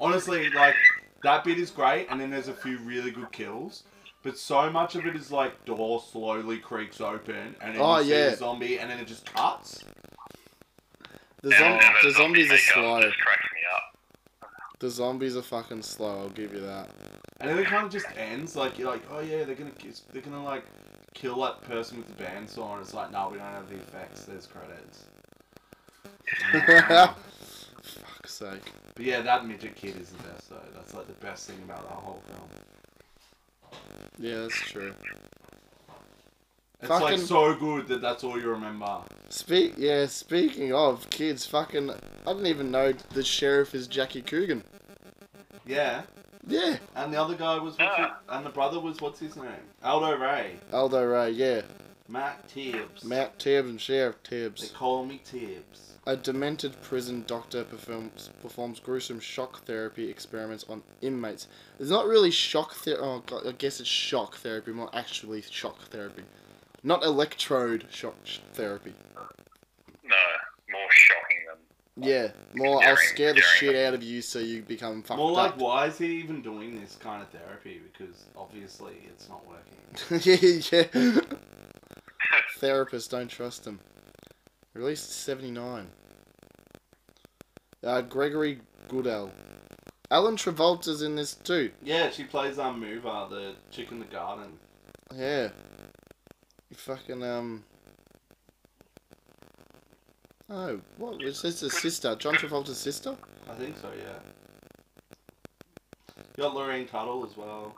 Speaker 7: Honestly, like, That bit is great, and then there's a few really good kills. But so much of it is like door slowly creaks open, and then
Speaker 6: Oh,
Speaker 7: you see
Speaker 6: yeah.
Speaker 7: the zombie, and then it just cuts.
Speaker 6: The,
Speaker 8: And
Speaker 6: zom-
Speaker 8: then
Speaker 6: the zombies are
Speaker 8: makeup
Speaker 6: slow.
Speaker 8: Just cracks me up.
Speaker 6: The zombies are fucking slow. I'll give you that. [LAUGHS]
Speaker 7: And then it kind of just ends. Like you're like, oh yeah, they're gonna kiss, they're gonna like kill that person with the bandsaw, and it's like, no, we don't have the effects. There's credits.
Speaker 6: Fuck's sake.
Speaker 7: But yeah, that midget kid is the best though. That's like the best thing about that whole film.
Speaker 6: Yeah, that's true.
Speaker 7: It's like
Speaker 6: Fucking-
Speaker 7: so good that that's all you remember.
Speaker 6: Speak. Yeah, speaking of kids, fucking. I didn't even know the sheriff is Jackie Coogan.
Speaker 7: Yeah.
Speaker 6: Yeah,
Speaker 7: And the other guy was, what's his, and the brother was, what's his name? Aldo Ray.
Speaker 6: Aldo Ray. Yeah,
Speaker 7: Matt Tibbs.
Speaker 6: Matt Tibbs and Sheriff
Speaker 7: They
Speaker 6: Tibbs.
Speaker 7: call me Tibbs.
Speaker 6: A demented prison doctor performs performs gruesome shock therapy experiments on inmates. It's not really shock therapy. Oh god, I guess it's shock therapy, more actually shock therapy, not electrode shock sh- therapy.
Speaker 8: No, more shocking than
Speaker 6: Yeah, more I'll
Speaker 8: Daring-
Speaker 6: scare the
Speaker 8: daring.
Speaker 6: shit out of you so you become fucked
Speaker 7: More like,
Speaker 6: up.
Speaker 7: why is he even doing this kind of therapy? Because obviously it's not working.
Speaker 6: yeah, yeah. [LAUGHS] Therapists don't trust him. Released seventy nine. Uh, Gregory Goodell. Alan Travolta's in this too.
Speaker 7: Yeah, she plays um Mover, the chick in the garden.
Speaker 6: Yeah. You fucking um. Oh, what? It says his sister, John Travolta's sister.
Speaker 7: I think so, yeah. You got Lorraine Tuttle as well.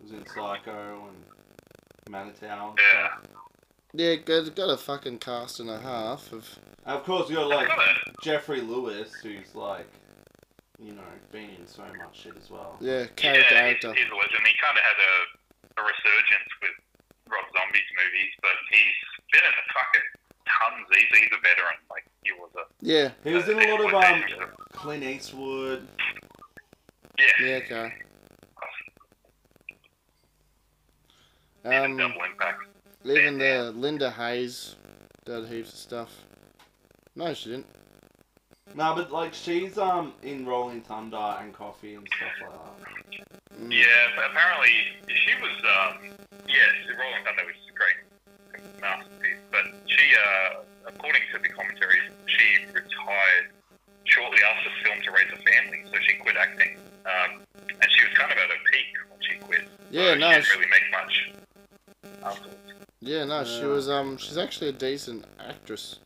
Speaker 7: Who's in Psycho and Manitow. and
Speaker 8: Yeah.
Speaker 7: stuff.
Speaker 6: Yeah, got, got a fucking cast and a half of.
Speaker 7: And of course you got like Jeffrey Lewis who's like you know, been in so much shit as well.
Speaker 6: Yeah, character
Speaker 8: yeah, he's,
Speaker 6: actor.
Speaker 8: he's a legend. He kind of had a, a resurgence with Rob Zombie's movies, but he's been in a fucking tons. He's, he's a veteran. Like he was a
Speaker 6: Yeah,
Speaker 7: He was in a lot of um Clint Eastwood.
Speaker 8: yeah,
Speaker 6: yeah, okay.
Speaker 8: he's a
Speaker 6: Um,
Speaker 8: double impact.
Speaker 6: even the Linda Hayes did heaps of stuff. No, she didn't.
Speaker 7: No, but like she's um in Rolling Thunder and Coffee and stuff like that.
Speaker 6: Mm.
Speaker 8: Yeah, but apparently she was. Um, yes, Rolling Thunder was a great masterpiece, but she, uh, according to the commentaries, she retired shortly after the film to raise a family, so she quit acting. Um, and she was kind of at her peak when she quit.
Speaker 6: Yeah,
Speaker 8: so
Speaker 6: no,
Speaker 8: She didn't
Speaker 6: she-
Speaker 8: really make much afterwards.
Speaker 6: Yeah, no, she
Speaker 7: Yeah.
Speaker 6: was um she's actually a decent actress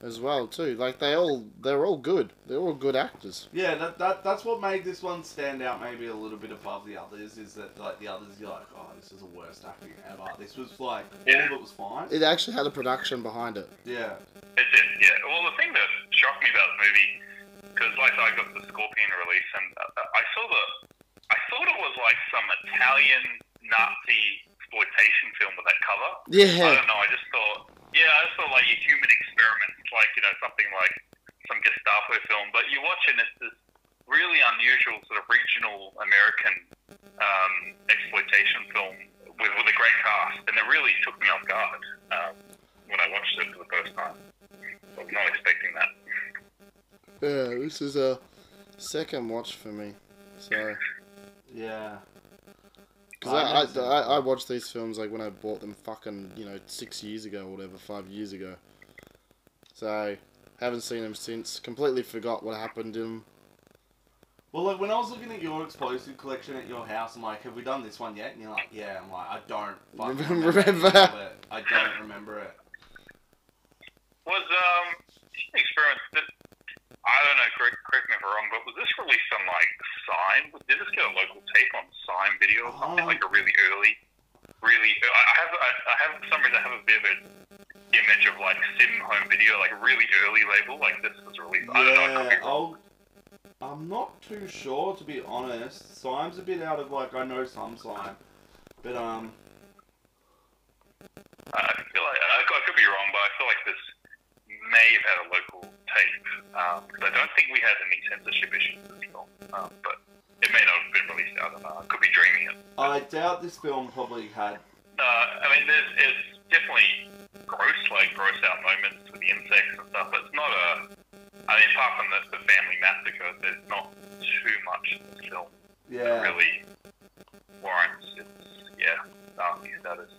Speaker 6: as well too. Like they all they're all good. They're all good actors.
Speaker 7: Yeah, that, that that's what made this one stand out maybe a little bit above the others is that like the others you're like, oh, this is the worst acting ever. This was like all that was fine.
Speaker 6: It actually had a production behind it.
Speaker 7: Yeah,
Speaker 8: It did, yeah. Well, the thing that shocked me about the movie, because like I got the Scorpion release, and uh, I saw the, I thought it was like some Italian Nazi exploitation film with that cover. I
Speaker 6: Yeah.
Speaker 8: don't know. I just thought, yeah, I just thought like a human experiment, like you know something like some Gestapo film. But you watch it, and it's this really unusual sort of regional American um, exploitation film with with a great cast, and it really took me off guard um, when I watched it for the first time. I was not expecting that.
Speaker 6: Yeah, this is a second watch for me. So
Speaker 7: yeah.
Speaker 6: because I, I, I, I watched these films like when I bought them fucking you know six years ago or whatever five years ago. So haven't seen them since. Completely forgot what happened to them.
Speaker 7: well, like when I was looking at your explosive collection at your house, I'm like, have we done this one yet? And you're like, yeah. I'm like, I don't fucking
Speaker 6: Remember-
Speaker 7: remember.
Speaker 6: [LAUGHS] remember.
Speaker 7: it. I don't remember it.
Speaker 8: Was um human experiment? Did, I don't know. Correct, correct me if I'm wrong, but was this released on like Sign? Did this get a local tape on Sign Video or something?
Speaker 7: Oh.
Speaker 8: Like a really early, really. I I have I, I have for some reason I have a vivid image of like Sim Home Video, like a really early label. Like this was released. I don't know. I could
Speaker 7: Yeah,
Speaker 8: be wrong.
Speaker 7: I'll, I'm not too sure to be honest. Sime's a bit out of like I know some Sime, but um,
Speaker 8: I I feel like I, I could be wrong, but I feel like this may have had a local tape. Um, 'cause I don't think we had any censorship issues with this film, um, but it may not have been released. I don't know. I could be dreaming it.
Speaker 7: I doubt this film probably had
Speaker 8: Uh, I mean, there's it's definitely gross, like gross out moments with the insects and stuff. But it's not a. I mean, apart from the, the family massacre, there's not too much in this film that
Speaker 7: Yeah.
Speaker 8: really warrants its, yeah, nasty status.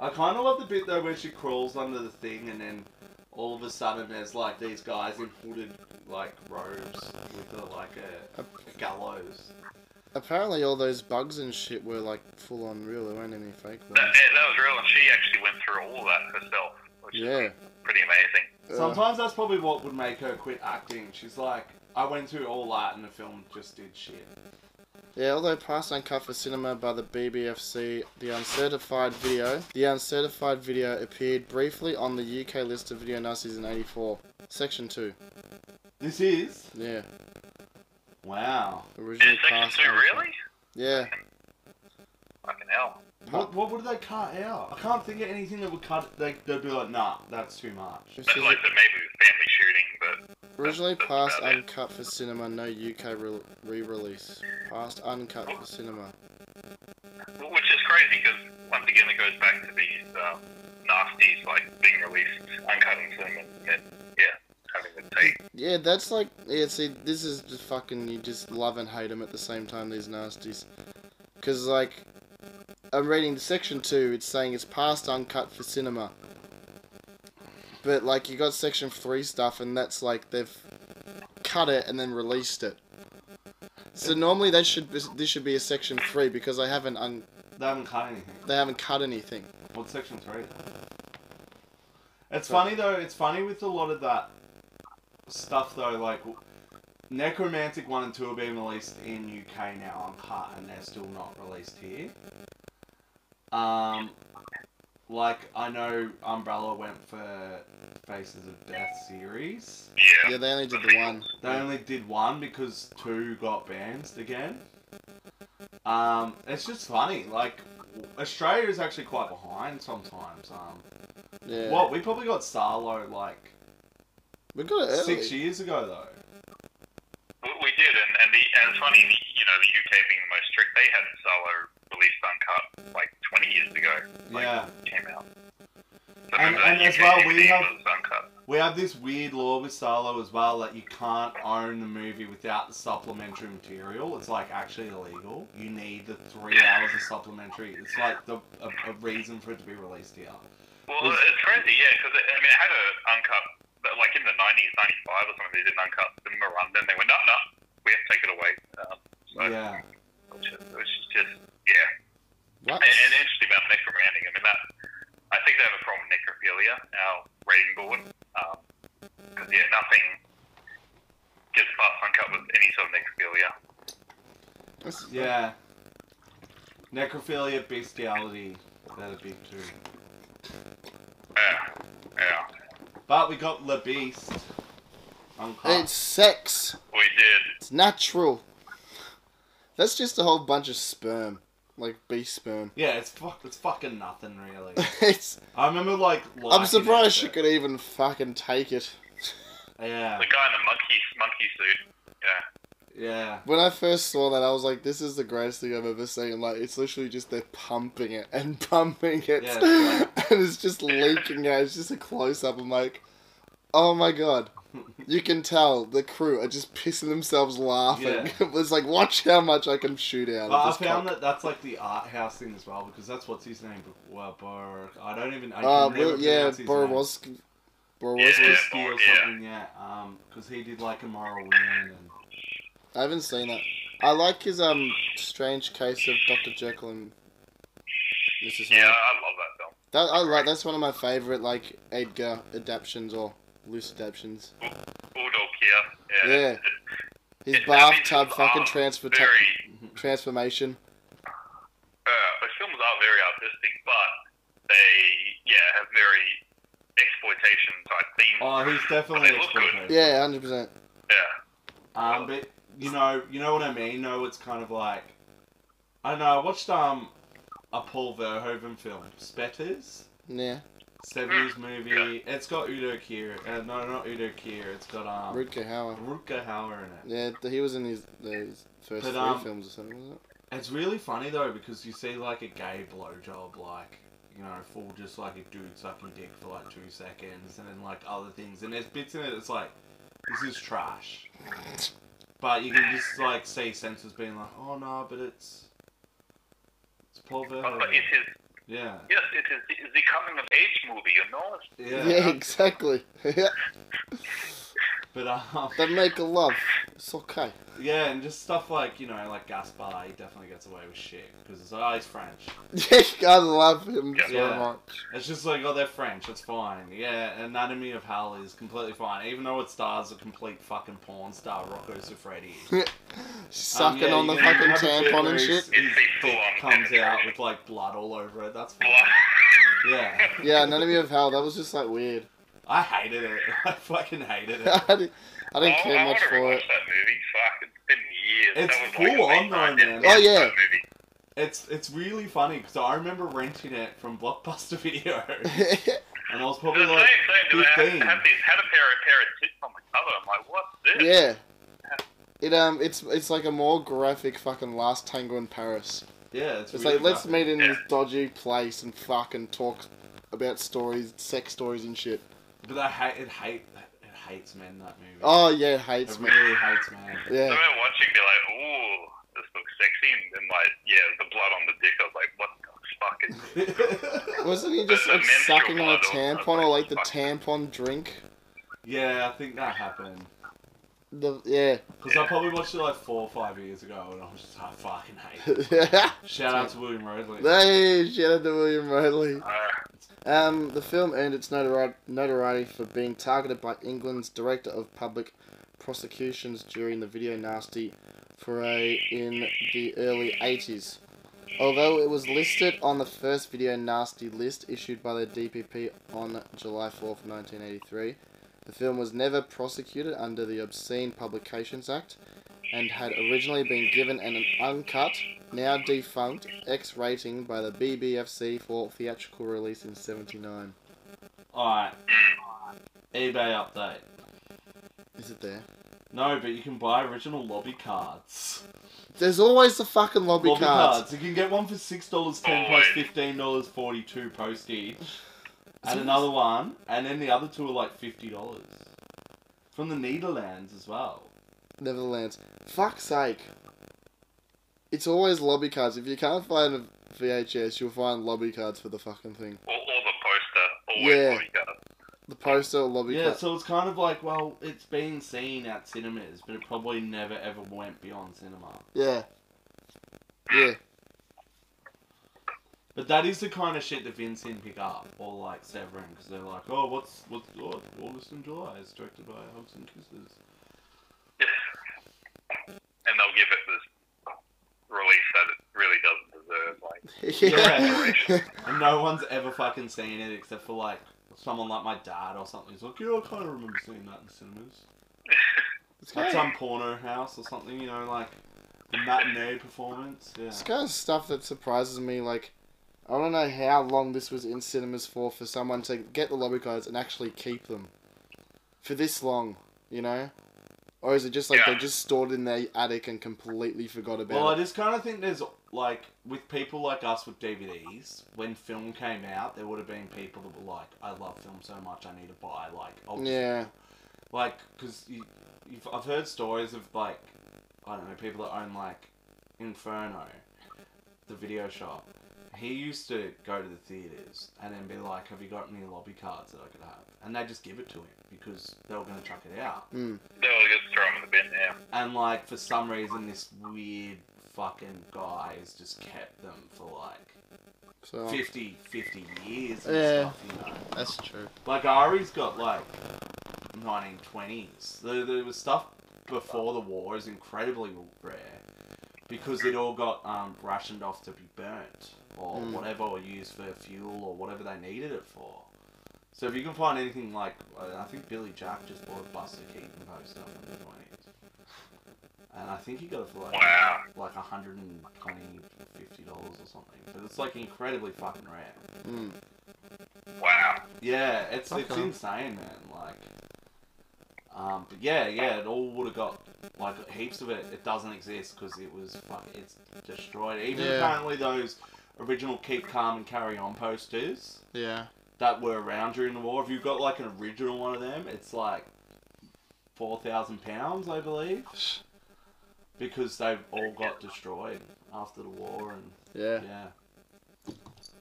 Speaker 7: I kind of love the bit though where she crawls under the thing and then all of a sudden there's like these guys in hooded like robes with a, like a, a gallows.
Speaker 6: Apparently, all those bugs and shit were like full on real. There weren't any fake
Speaker 8: That,
Speaker 6: ones.
Speaker 8: yeah, that was real, and she actually went through all that herself, which
Speaker 6: Yeah.
Speaker 8: is pretty amazing.
Speaker 7: Sometimes that's probably what would make her quit acting. She's like, I went through all that and the film just did shit.
Speaker 6: Yeah, although passed uncut for cinema by the BBFC, the uncertified video, the uncertified video appeared briefly on the UK list of video nasties in '84, section two.
Speaker 7: This is
Speaker 6: Yeah,
Speaker 7: wow.
Speaker 6: originally
Speaker 8: Is section
Speaker 6: passed.
Speaker 8: two
Speaker 6: uncut.
Speaker 8: really?
Speaker 6: Yeah,
Speaker 8: Fucking hell.
Speaker 7: What what would they cut out? I can't think of anything that would cut. They they'd be like, nah, that's too much.
Speaker 6: this
Speaker 8: But
Speaker 6: is
Speaker 8: like the maybe family shooting, but
Speaker 6: originally
Speaker 8: that's
Speaker 6: passed
Speaker 8: about it.
Speaker 6: uncut for cinema, no UK re- re-release. Passed uncut for cinema.
Speaker 8: Well, Which is crazy because once again it goes back to these um, nasties like being released uncut in cinema and yeah, having the tape.
Speaker 6: Yeah, that's like yeah. See, this is just fucking. You just love and hate them at the same time. These nasties, because like, I'm reading section two. It's saying it's past uncut for cinema. But like, you got section three stuff, and that's like they've cut it and then released it. So normally they should this should be a section three because they haven't un,
Speaker 7: They haven't cut anything.
Speaker 6: they haven't cut anything.
Speaker 7: What's section three? It's funny though. It's funny with a lot of that stuff though. Like Necromantic one and two are being released in UK now uncut, and they're still not released here. Um, like I know Umbrella went for Faces of Death series.
Speaker 8: Yeah.
Speaker 6: Yeah, they only did the one.
Speaker 7: They only did one because two got banned again. Um, it's just funny. Like Australia is actually quite behind sometimes. Um,
Speaker 6: Yeah,
Speaker 7: what we probably got Starlo like
Speaker 6: we got it early.
Speaker 7: six years ago though.
Speaker 8: We, we did, and and, the, and it's funny, the, you know, the UK being the most strict, they had Solo released uncut like 20 years ago. Like,
Speaker 7: Yeah,
Speaker 8: Came out. So
Speaker 7: And-
Speaker 8: remember that
Speaker 7: and as
Speaker 8: UK
Speaker 7: well, we
Speaker 8: DVD
Speaker 7: have-
Speaker 8: was uncut.
Speaker 7: we have this weird law with Starlo as well that you can't own the movie without the supplementary material. It's like actually illegal. You need the three hours of supplementary. It's like the a, a reason for it to be released here.
Speaker 8: Well,
Speaker 7: Was-
Speaker 8: it's crazy, yeah, because I mean, it had a uncut, but, like in the 90s, 95 or something, they did an uncut in Miranda, and they went, no, no, we have to take it away. Um, so,
Speaker 7: Yeah.
Speaker 8: Which is, which is just, yeah.
Speaker 6: What?
Speaker 8: And, and interesting about necromantic, I mean, that, I think they have a problem with necrophilia, our rating board, because, yeah, nothing gets past uncut with any sort of necrophilia.
Speaker 6: That's-
Speaker 7: Yeah. Necrophilia, bestiality, they're the big two.
Speaker 8: Yeah, yeah.
Speaker 7: But we got Le Beast. Uncut.
Speaker 6: It's sex.
Speaker 8: We did.
Speaker 6: It's natural. That's just a whole bunch of sperm, like bee sperm. [LAUGHS]
Speaker 7: yeah, it's fuck, it's fucking nothing really.
Speaker 6: it's.
Speaker 7: I remember like. liking
Speaker 6: I'm
Speaker 7: it,
Speaker 6: surprised she
Speaker 7: but-
Speaker 6: could even fucking take it.
Speaker 7: Yeah,
Speaker 8: The guy in the monkey, monkey suit, yeah.
Speaker 7: yeah.
Speaker 6: When I first saw that, I was like, "This is the greatest thing I've ever seen." Like, it's literally just they're pumping it and [LAUGHS] pumping it,
Speaker 7: Yeah, it's
Speaker 6: and it's just leaking out. It's just a close up. I'm like, "Oh my god." You can tell the crew are just pissing themselves laughing. [LAUGHS] it's like, watch how much I can shoot out
Speaker 7: But I
Speaker 6: of this.
Speaker 7: found
Speaker 6: cock."
Speaker 7: that that's like the art house thing as well because that's what's his name. Well, Bor- I don't even. I
Speaker 6: Uh,
Speaker 7: can never
Speaker 6: Will, yeah,
Speaker 7: pronounce his name.
Speaker 6: Borowski. Borowski.
Speaker 8: Yeah,
Speaker 7: Borowski or
Speaker 8: Bor- yeah.
Speaker 7: something. Yeah. Um, because he did like a Morrowind and
Speaker 6: I haven't seen that. I like his um strange case of Doctor Jekyll and Mrs. Hyde.
Speaker 8: Yeah, I love that film.
Speaker 6: That I like. That's one of my favorite like Edgar adaptations or loose adaptations.
Speaker 8: Bulldog here. Yeah.
Speaker 6: Yeah.
Speaker 8: It's- it's-
Speaker 6: His
Speaker 8: it's- I mean,
Speaker 6: bathtub
Speaker 8: his
Speaker 6: fucking
Speaker 8: art
Speaker 6: transfer
Speaker 8: Very,
Speaker 6: transformation.
Speaker 8: uh, his films are very artistic, but they yeah have very exploitation type themes.
Speaker 7: oh, he's definitely.
Speaker 8: They look good.
Speaker 7: exploitation.
Speaker 6: Yeah, hundred percent.
Speaker 8: yeah. Oh.
Speaker 7: Um, but you know, you know what I mean. No, it's kind of like I don't know. I watched um a Paul Verhoeven film, Spetters,
Speaker 6: Yeah,
Speaker 8: Hmm.
Speaker 7: seventies movie. It's got Udo Kier. Uh, no, not Udo Kier. It's got um
Speaker 6: Rutger Hauer.
Speaker 7: Rutger Hauer in it.
Speaker 6: Yeah, th- he was in his, his first
Speaker 7: But,
Speaker 6: three
Speaker 7: um,
Speaker 6: films or something. Wasn't it?
Speaker 7: It's really funny though because you see like a gay blowjob, like you know, full just like a dude sucking dick for like two seconds, and then like other things. And there's bits in it that's like, this is trash. But you can just like see censors being like, oh no, but it's it's Paul
Speaker 8: But
Speaker 7: Verhoeven.
Speaker 8: it is,
Speaker 7: Yeah,
Speaker 8: yes, it is the, the coming of age movie, you know?
Speaker 7: yeah.
Speaker 6: Yeah, exactly. [LAUGHS] Yeah,
Speaker 7: But um, [LAUGHS]
Speaker 6: they make a love. It's okay. [LAUGHS]
Speaker 7: yeah, and just stuff like you know, like Gaspar, he definitely gets away with shit because it's like, oh, he's French.
Speaker 6: Yeah, I love him so
Speaker 7: Yeah.
Speaker 6: much.
Speaker 7: It's just like, oh, they're French. It's fine. Yeah, Anatomy of Hell is completely fine, even though it stars a complete fucking porn star, Rocco Siffredi. Um,
Speaker 6: [LAUGHS] Sucking
Speaker 7: yeah,
Speaker 6: on the
Speaker 7: you can
Speaker 6: fucking
Speaker 7: have a bit
Speaker 6: tampon
Speaker 7: where
Speaker 6: and
Speaker 7: his-
Speaker 6: shit.
Speaker 7: his
Speaker 8: It's a
Speaker 7: [LAUGHS] dick
Speaker 8: full-on
Speaker 7: comes out
Speaker 8: penetration.
Speaker 7: with like blood all over it. That's fine.
Speaker 8: Blood.
Speaker 7: Yeah,
Speaker 6: Yeah, Anatomy of Hell. That was just like weird. [LAUGHS]
Speaker 7: I hated it. [LAUGHS] I fucking hated it.
Speaker 6: I didn't, I didn't
Speaker 8: I
Speaker 6: care much
Speaker 8: want to
Speaker 6: for it.
Speaker 8: rewatch that movie. Fuck, it's been years.
Speaker 7: It's
Speaker 8: that was
Speaker 7: full
Speaker 8: like a
Speaker 7: on though,
Speaker 8: late-night
Speaker 7: man.
Speaker 8: Netflix
Speaker 6: Oh, yeah.
Speaker 8: movie.
Speaker 7: It's it's really funny because I remember renting it from Blockbuster [LAUGHS] Video,
Speaker 6: [LAUGHS]
Speaker 7: and I was
Speaker 8: The
Speaker 7: probably
Speaker 8: same
Speaker 7: like
Speaker 8: thing. that I
Speaker 7: fifteen.
Speaker 8: had, had, these, had a pair of pair of tits on the cover. I'm like, what's this?
Speaker 6: yeah. It um, it's it's like a more graphic fucking Last Tango in Paris.
Speaker 7: Yeah, it's,
Speaker 6: It's
Speaker 7: really
Speaker 6: like let's
Speaker 7: graphic.
Speaker 6: meet in this dodgy place and fucking talk about stories, sex stories and shit.
Speaker 7: But I hate it. Hate it hates men that movie.
Speaker 6: Oh yeah, it
Speaker 7: it
Speaker 6: hates me.
Speaker 7: really hates men.
Speaker 6: [LAUGHS]
Speaker 8: So
Speaker 6: Yeah,
Speaker 8: I remember watching, be like, ooh, this looks sexy, and then like, yeah, the blood on the dick. I was like, what the fuck is this?
Speaker 6: wasn't he just
Speaker 8: The
Speaker 6: like
Speaker 8: menstrual
Speaker 6: sucking on a
Speaker 8: blood or-
Speaker 6: tampon or like the tampon drink?
Speaker 7: yeah, I think that happened
Speaker 6: The yeah, [LAUGHS]
Speaker 7: because I probably watched it like four or five years ago, and I was just like, I fucking hate.
Speaker 6: [LAUGHS]
Speaker 7: It. Shout out to William Roadley.
Speaker 6: Hey, shout out to William Rodley.
Speaker 8: Uh,
Speaker 6: Um, the film earned its notori- notoriety for being targeted by England's Director of Public Prosecutions during the video nasty foray in the early 80s. Although it was listed on the first video nasty list issued by the DPP on July 4th, 1983, the film was never prosecuted under the Obscene Publications Act and had originally been given an uncut, now defunct, X rating by the BBFC for theatrical release in 79.
Speaker 7: All right, eBay update.
Speaker 6: Is it there?
Speaker 7: No, but you can buy original lobby cards.
Speaker 6: There's always the fucking lobby,
Speaker 7: Lobby
Speaker 6: cards.
Speaker 7: cards. You can get one for six dollars ten plus fifteen dollars forty two postage, and another one, and then the other two are like fifty dollars from the Netherlands as well.
Speaker 6: Nevertheless, fuck's sake. It's always lobby cards. If you can't find a VHS, you'll find lobby cards for the fucking thing.
Speaker 8: or, or the poster, always
Speaker 6: Yeah.
Speaker 8: yeah. body guard.
Speaker 6: The poster or lobby
Speaker 7: Yeah,
Speaker 6: cards.
Speaker 7: so it's kind of like well, it's been seen at cinemas, but it probably never ever went beyond cinema.
Speaker 6: Yeah. Yeah.
Speaker 7: But that is the kind of shit that Vincent pick up or like Severin because they're like, oh, what's what's oh, August and July is directed by Hugs and Kisses.
Speaker 8: and they'll give it this release that it really doesn't deserve. Like,
Speaker 7: [LAUGHS]
Speaker 6: [LAUGHS]
Speaker 7: Yeah. And no one's ever fucking seen it except for like someone like my dad or something. He's like, yeah, I kind of remember seeing that in cinemas.
Speaker 6: This kind
Speaker 7: Like some porno house or something, you know, like the matinee performance. Yeah.
Speaker 6: of stuff that surprises me. Like, I don't know how long this was in cinemas for for someone to get the lobby cards and actually keep them for this long. You know. Or is it just like
Speaker 8: Yeah.
Speaker 6: they just stored in their attic and completely forgot about
Speaker 7: Well, I
Speaker 6: it?
Speaker 7: just kind of think there's like with people like us with DVDs, when film came out, there would have been people that were like, "I love film so much, I need to buy like, I'll just
Speaker 6: Yeah.
Speaker 7: like because you, you've, I've heard stories of like I don't know people that own like Inferno, the video shop. He used to go to the theaters and then be like, "Have you got any lobby cards that I could have?" And they just give it to him because they were going to chuck it out.
Speaker 8: they'll just throw them in the bin now.
Speaker 7: And like for some reason, this weird fucking guy has just kept them for like
Speaker 6: So
Speaker 7: 50, 50 years and
Speaker 6: Oh. Yeah.
Speaker 7: stuff. You know.
Speaker 6: that's true.
Speaker 7: Like Ari's got like 1920s. There, there was stuff before the war is incredibly rare because it all got um, rationed off to be burnt or whatever, or used for fuel or whatever they needed it for. So if you can find anything like, uh, I I think Billy Jack just bought a Buster Keaton poster from the 20s. And I think he got it for like
Speaker 8: Wow.
Speaker 7: like 120 or 50 dollars or something. But it's like incredibly fucking rare.
Speaker 8: Wow.
Speaker 7: Yeah, it's it's
Speaker 6: Okay.
Speaker 7: insane, man. Like, um, but yeah, yeah, it all would have got like heaps of it. It doesn't exist because it was fuck, it's destroyed. Even
Speaker 6: Yeah.
Speaker 7: apparently those original "Keep Calm and Carry On" posters
Speaker 6: Yeah.
Speaker 7: that were around during the war. If you've got like an original one of them, it's like four thousand pounds, I believe. because they've all got destroyed after the war and
Speaker 6: Yeah.
Speaker 7: yeah.
Speaker 8: Jesus.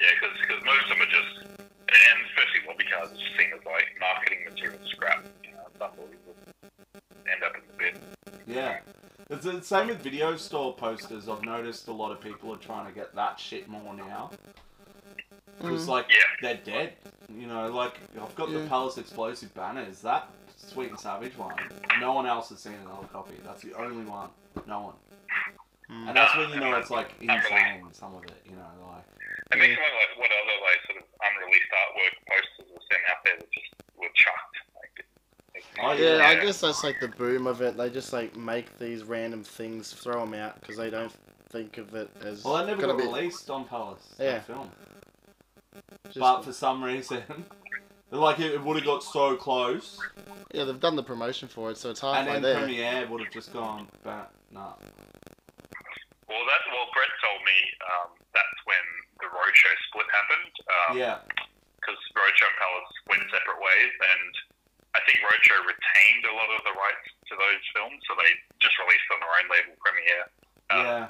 Speaker 8: Yeah, because most of them are just, and especially lobby cars, are just seen as like marketing material scrap. You know, it's unbelievable. End up in the bin.
Speaker 7: Yeah. It's the same with video store posters. I've noticed a lot of people are trying to get that shit more now. Because, like,
Speaker 8: Yeah.
Speaker 7: they're dead. You know, like, I've got the
Speaker 6: Mm. Yeah.
Speaker 7: Palace Explosive banners. That Sweet and Savage one. No one else has seen another copy. That's the only one. No one.
Speaker 6: Hmm.
Speaker 7: And that's when you know it's, like, insane, some of it. You know, like,
Speaker 8: I mean, someone like what other like sort of unreleased artwork posters were sent out there that just were chucked. Like, it's
Speaker 7: Oh,
Speaker 8: not-
Speaker 6: Yeah, I guess that's like the boom of it. They just like make these random things, throw them out because they don't think of it as.
Speaker 7: well, that never
Speaker 6: gonna
Speaker 7: got
Speaker 6: be-
Speaker 7: released on Palace.
Speaker 6: Yeah.
Speaker 7: That film.
Speaker 6: just-
Speaker 7: But for some reason, [LAUGHS] like, it, it would have got so close.
Speaker 6: yeah, they've done the promotion for it, so it's halfway
Speaker 7: And then
Speaker 6: there.
Speaker 7: Premiere would have just gone back. Nah.
Speaker 8: Well, that well, Brett told me um, that's when the roadshow split happened. Um,
Speaker 7: Yeah.
Speaker 8: because Roadshow and Palace went separate ways, and I think Roadshow retained a lot of the rights to those films, so they just released on their own label, Premiere. Um,
Speaker 7: Yeah.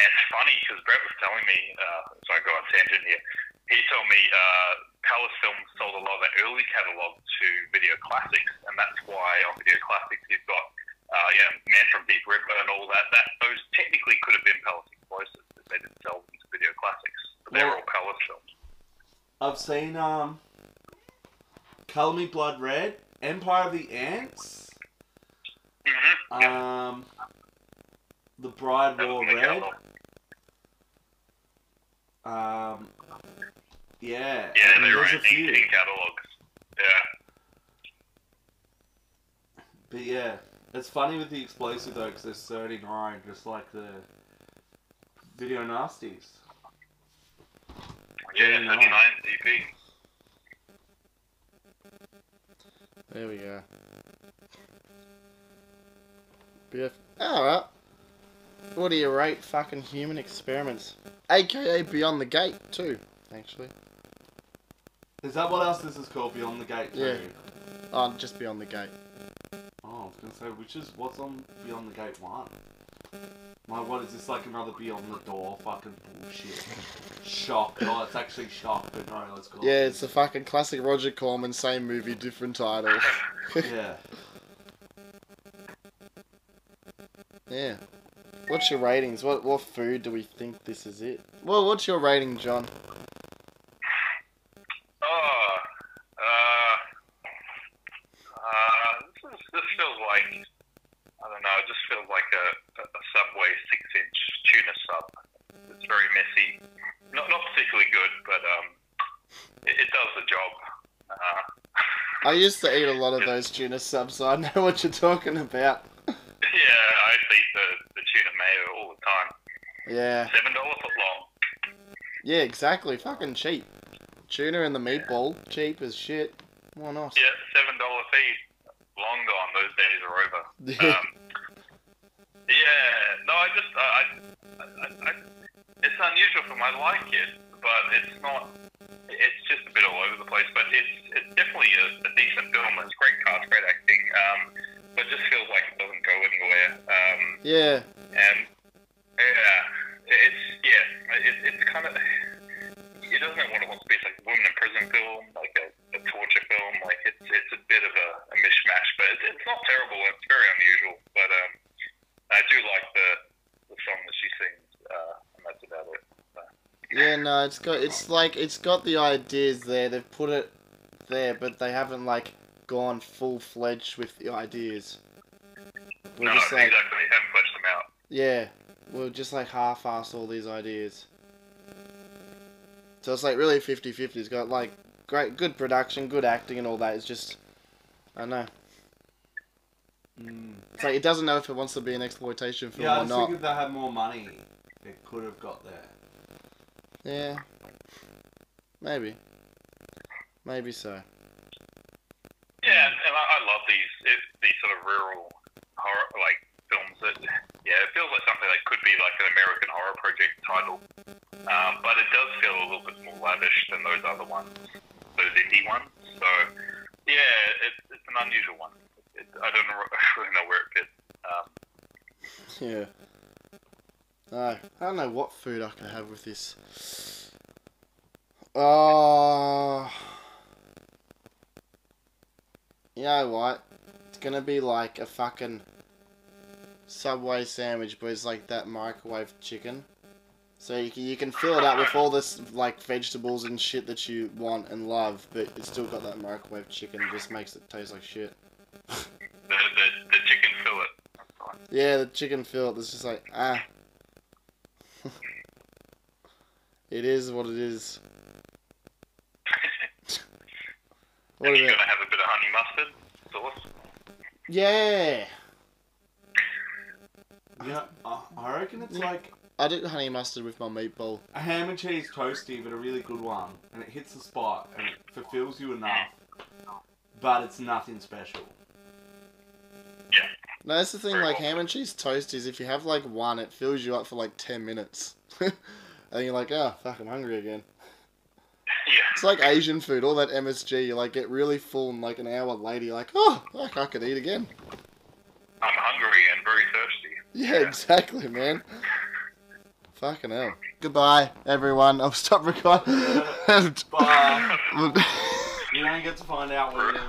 Speaker 8: And it's funny because Brett was telling me, uh, so I go on tangent here. He told me uh, Palace Films sold a lot of their early catalog to Video Classics, and that's why on Video Classics you've got, uh, you know, Man from Deep River and all that. That those technically could have been Palace Explosives if they didn't sell them to Video Classics, but they're
Speaker 7: Well-
Speaker 8: all Palace films.
Speaker 7: I've seen um Colour Me Blood Red, Empire of the Ants,
Speaker 8: Mm-hmm.
Speaker 7: um The Bride Wore Red. Um Yeah.
Speaker 8: Yeah,
Speaker 7: I mean,
Speaker 8: they were
Speaker 7: there's a
Speaker 8: in,
Speaker 7: few.
Speaker 8: in catalogs. Yeah.
Speaker 7: But yeah. It's funny with the explosive though, because there's 39, just like the video nasties.
Speaker 8: Yeah,
Speaker 7: Very
Speaker 8: 39 DP.
Speaker 6: There we go. Beautiful. Alright. What do you rate fucking human experiments? AKA Beyond the Gate, too, actually.
Speaker 7: Is that what else this is called? Beyond the Gate 2?
Speaker 6: Yeah. Oh, just Beyond the Gate.
Speaker 7: Oh, I was gonna say, which is what's on Beyond the Gate One? My what is this like another Beyond the Door fucking bullshit? shock. Oh, it's actually shock, but no, let's call
Speaker 6: Yeah,
Speaker 7: it.
Speaker 6: it's the fucking classic Roger Corman, same movie, different title. [LAUGHS]
Speaker 7: yeah.
Speaker 6: yeah. What's your ratings? What what food do we think this is it? Well, what's your rating, John?
Speaker 8: Oh, uh, uh, this, is, this feels like, I don't know, it just feels like a, a a Subway 6 inch tuna sub. It's very messy. Not, not particularly good, but um, it, it does the job. [LAUGHS] Uh,
Speaker 6: I used to eat a lot of those tuna subs, so I know [LAUGHS] what you're talking about.
Speaker 8: yeah, I eat the, the tuna mayo all the time.
Speaker 6: Yeah.
Speaker 8: $7 foot long.
Speaker 6: Yeah, exactly. Fucking cheap. Tuna and the meatball, cheap as shit. Why not?
Speaker 8: Yeah, seven dollar feed. Long gone. Those days are over.
Speaker 6: [LAUGHS]
Speaker 8: um, yeah. No, I just I, I, I, I it's unusual for my like it, but it's not. It's just a bit all over the place, but it's it's definitely a, a decent film. It's great cast, great acting, um, but just feels like it doesn't go anywhere. Um,
Speaker 6: Yeah,
Speaker 8: and yeah, it's yeah, it, it's kind of it doesn't have what it wants to be. It's like a women in prison film, like a, a torture film. Like it's it's a bit of a, a mishmash, but it's, it's not terrible. It's very unusual, but um, I do like the the song that she sings, uh, and that's about it. So,
Speaker 6: yeah, no, it's got, it's like, it's got the ideas there. They've put it there, but they haven't like gone full fledged with the ideas. We're
Speaker 8: no,
Speaker 6: just like,
Speaker 8: exactly. Haven't fleshed them out.
Speaker 6: yeah, we're just like half-assed all these ideas. So it's like really 50-50. It's got like great, good production, good acting, and all that. It's just, I don't know.
Speaker 7: Mm.
Speaker 6: It's like it doesn't know if it wants to be an exploitation film
Speaker 7: Yeah, I
Speaker 6: or
Speaker 7: was
Speaker 6: not.
Speaker 7: thinking if they had more money, it could have got there.
Speaker 6: Yeah. Maybe. Maybe so.
Speaker 8: Yeah, and, and I, I love these it, these sort of rural horror like films that yeah, it feels like something that could be like an American horror project title, um, but it does feel a little bit more lavish than those other ones, those indie ones. So yeah, it's it's an unusual one. It's, It, I don't know, [LAUGHS] really know where it fits. Um,
Speaker 6: Yeah. No, I don't know what food I can have with this. Uh, you know what? It's gonna be like a fucking Subway sandwich, but it's like that microwave chicken. So you can, you can fill it up with all this like vegetables and shit that you want and love, but it's still got that microwave chicken. It just makes it taste like shit.
Speaker 8: the, the, the chicken fillet. [LAUGHS] That's fine.
Speaker 6: Yeah, the chicken fillet is just like ah. [LAUGHS] it is what it is.
Speaker 8: And
Speaker 6: What
Speaker 8: you're
Speaker 6: about?
Speaker 8: going to have a bit of honey mustard sauce.
Speaker 6: Yeah,
Speaker 1: You know, I, I reckon it's like
Speaker 6: I did honey mustard with my meatball.
Speaker 1: a ham and cheese toasty, but a really good one, and it hits the spot and it fulfills you enough, but it's nothing special.
Speaker 8: Yeah. [LAUGHS]
Speaker 6: No, that's the thing. Like ham and cheese toasties, if you have like one, it fills you up for like ten minutes, [LAUGHS] and you're like, oh fuck, I'm hungry again.
Speaker 8: Yeah.
Speaker 6: It's like Asian food, all that MSG. You like get really full, and like an hour later, you're like, oh, fuck, I could eat again. [LAUGHS]
Speaker 8: I'm hungry and very thirsty.
Speaker 6: Yeah, exactly, man. Fucking hell. Goodbye, everyone. [LAUGHS] I'll stop recording.
Speaker 1: But
Speaker 6: Bye.
Speaker 7: uh,
Speaker 1: you don't get to find out whether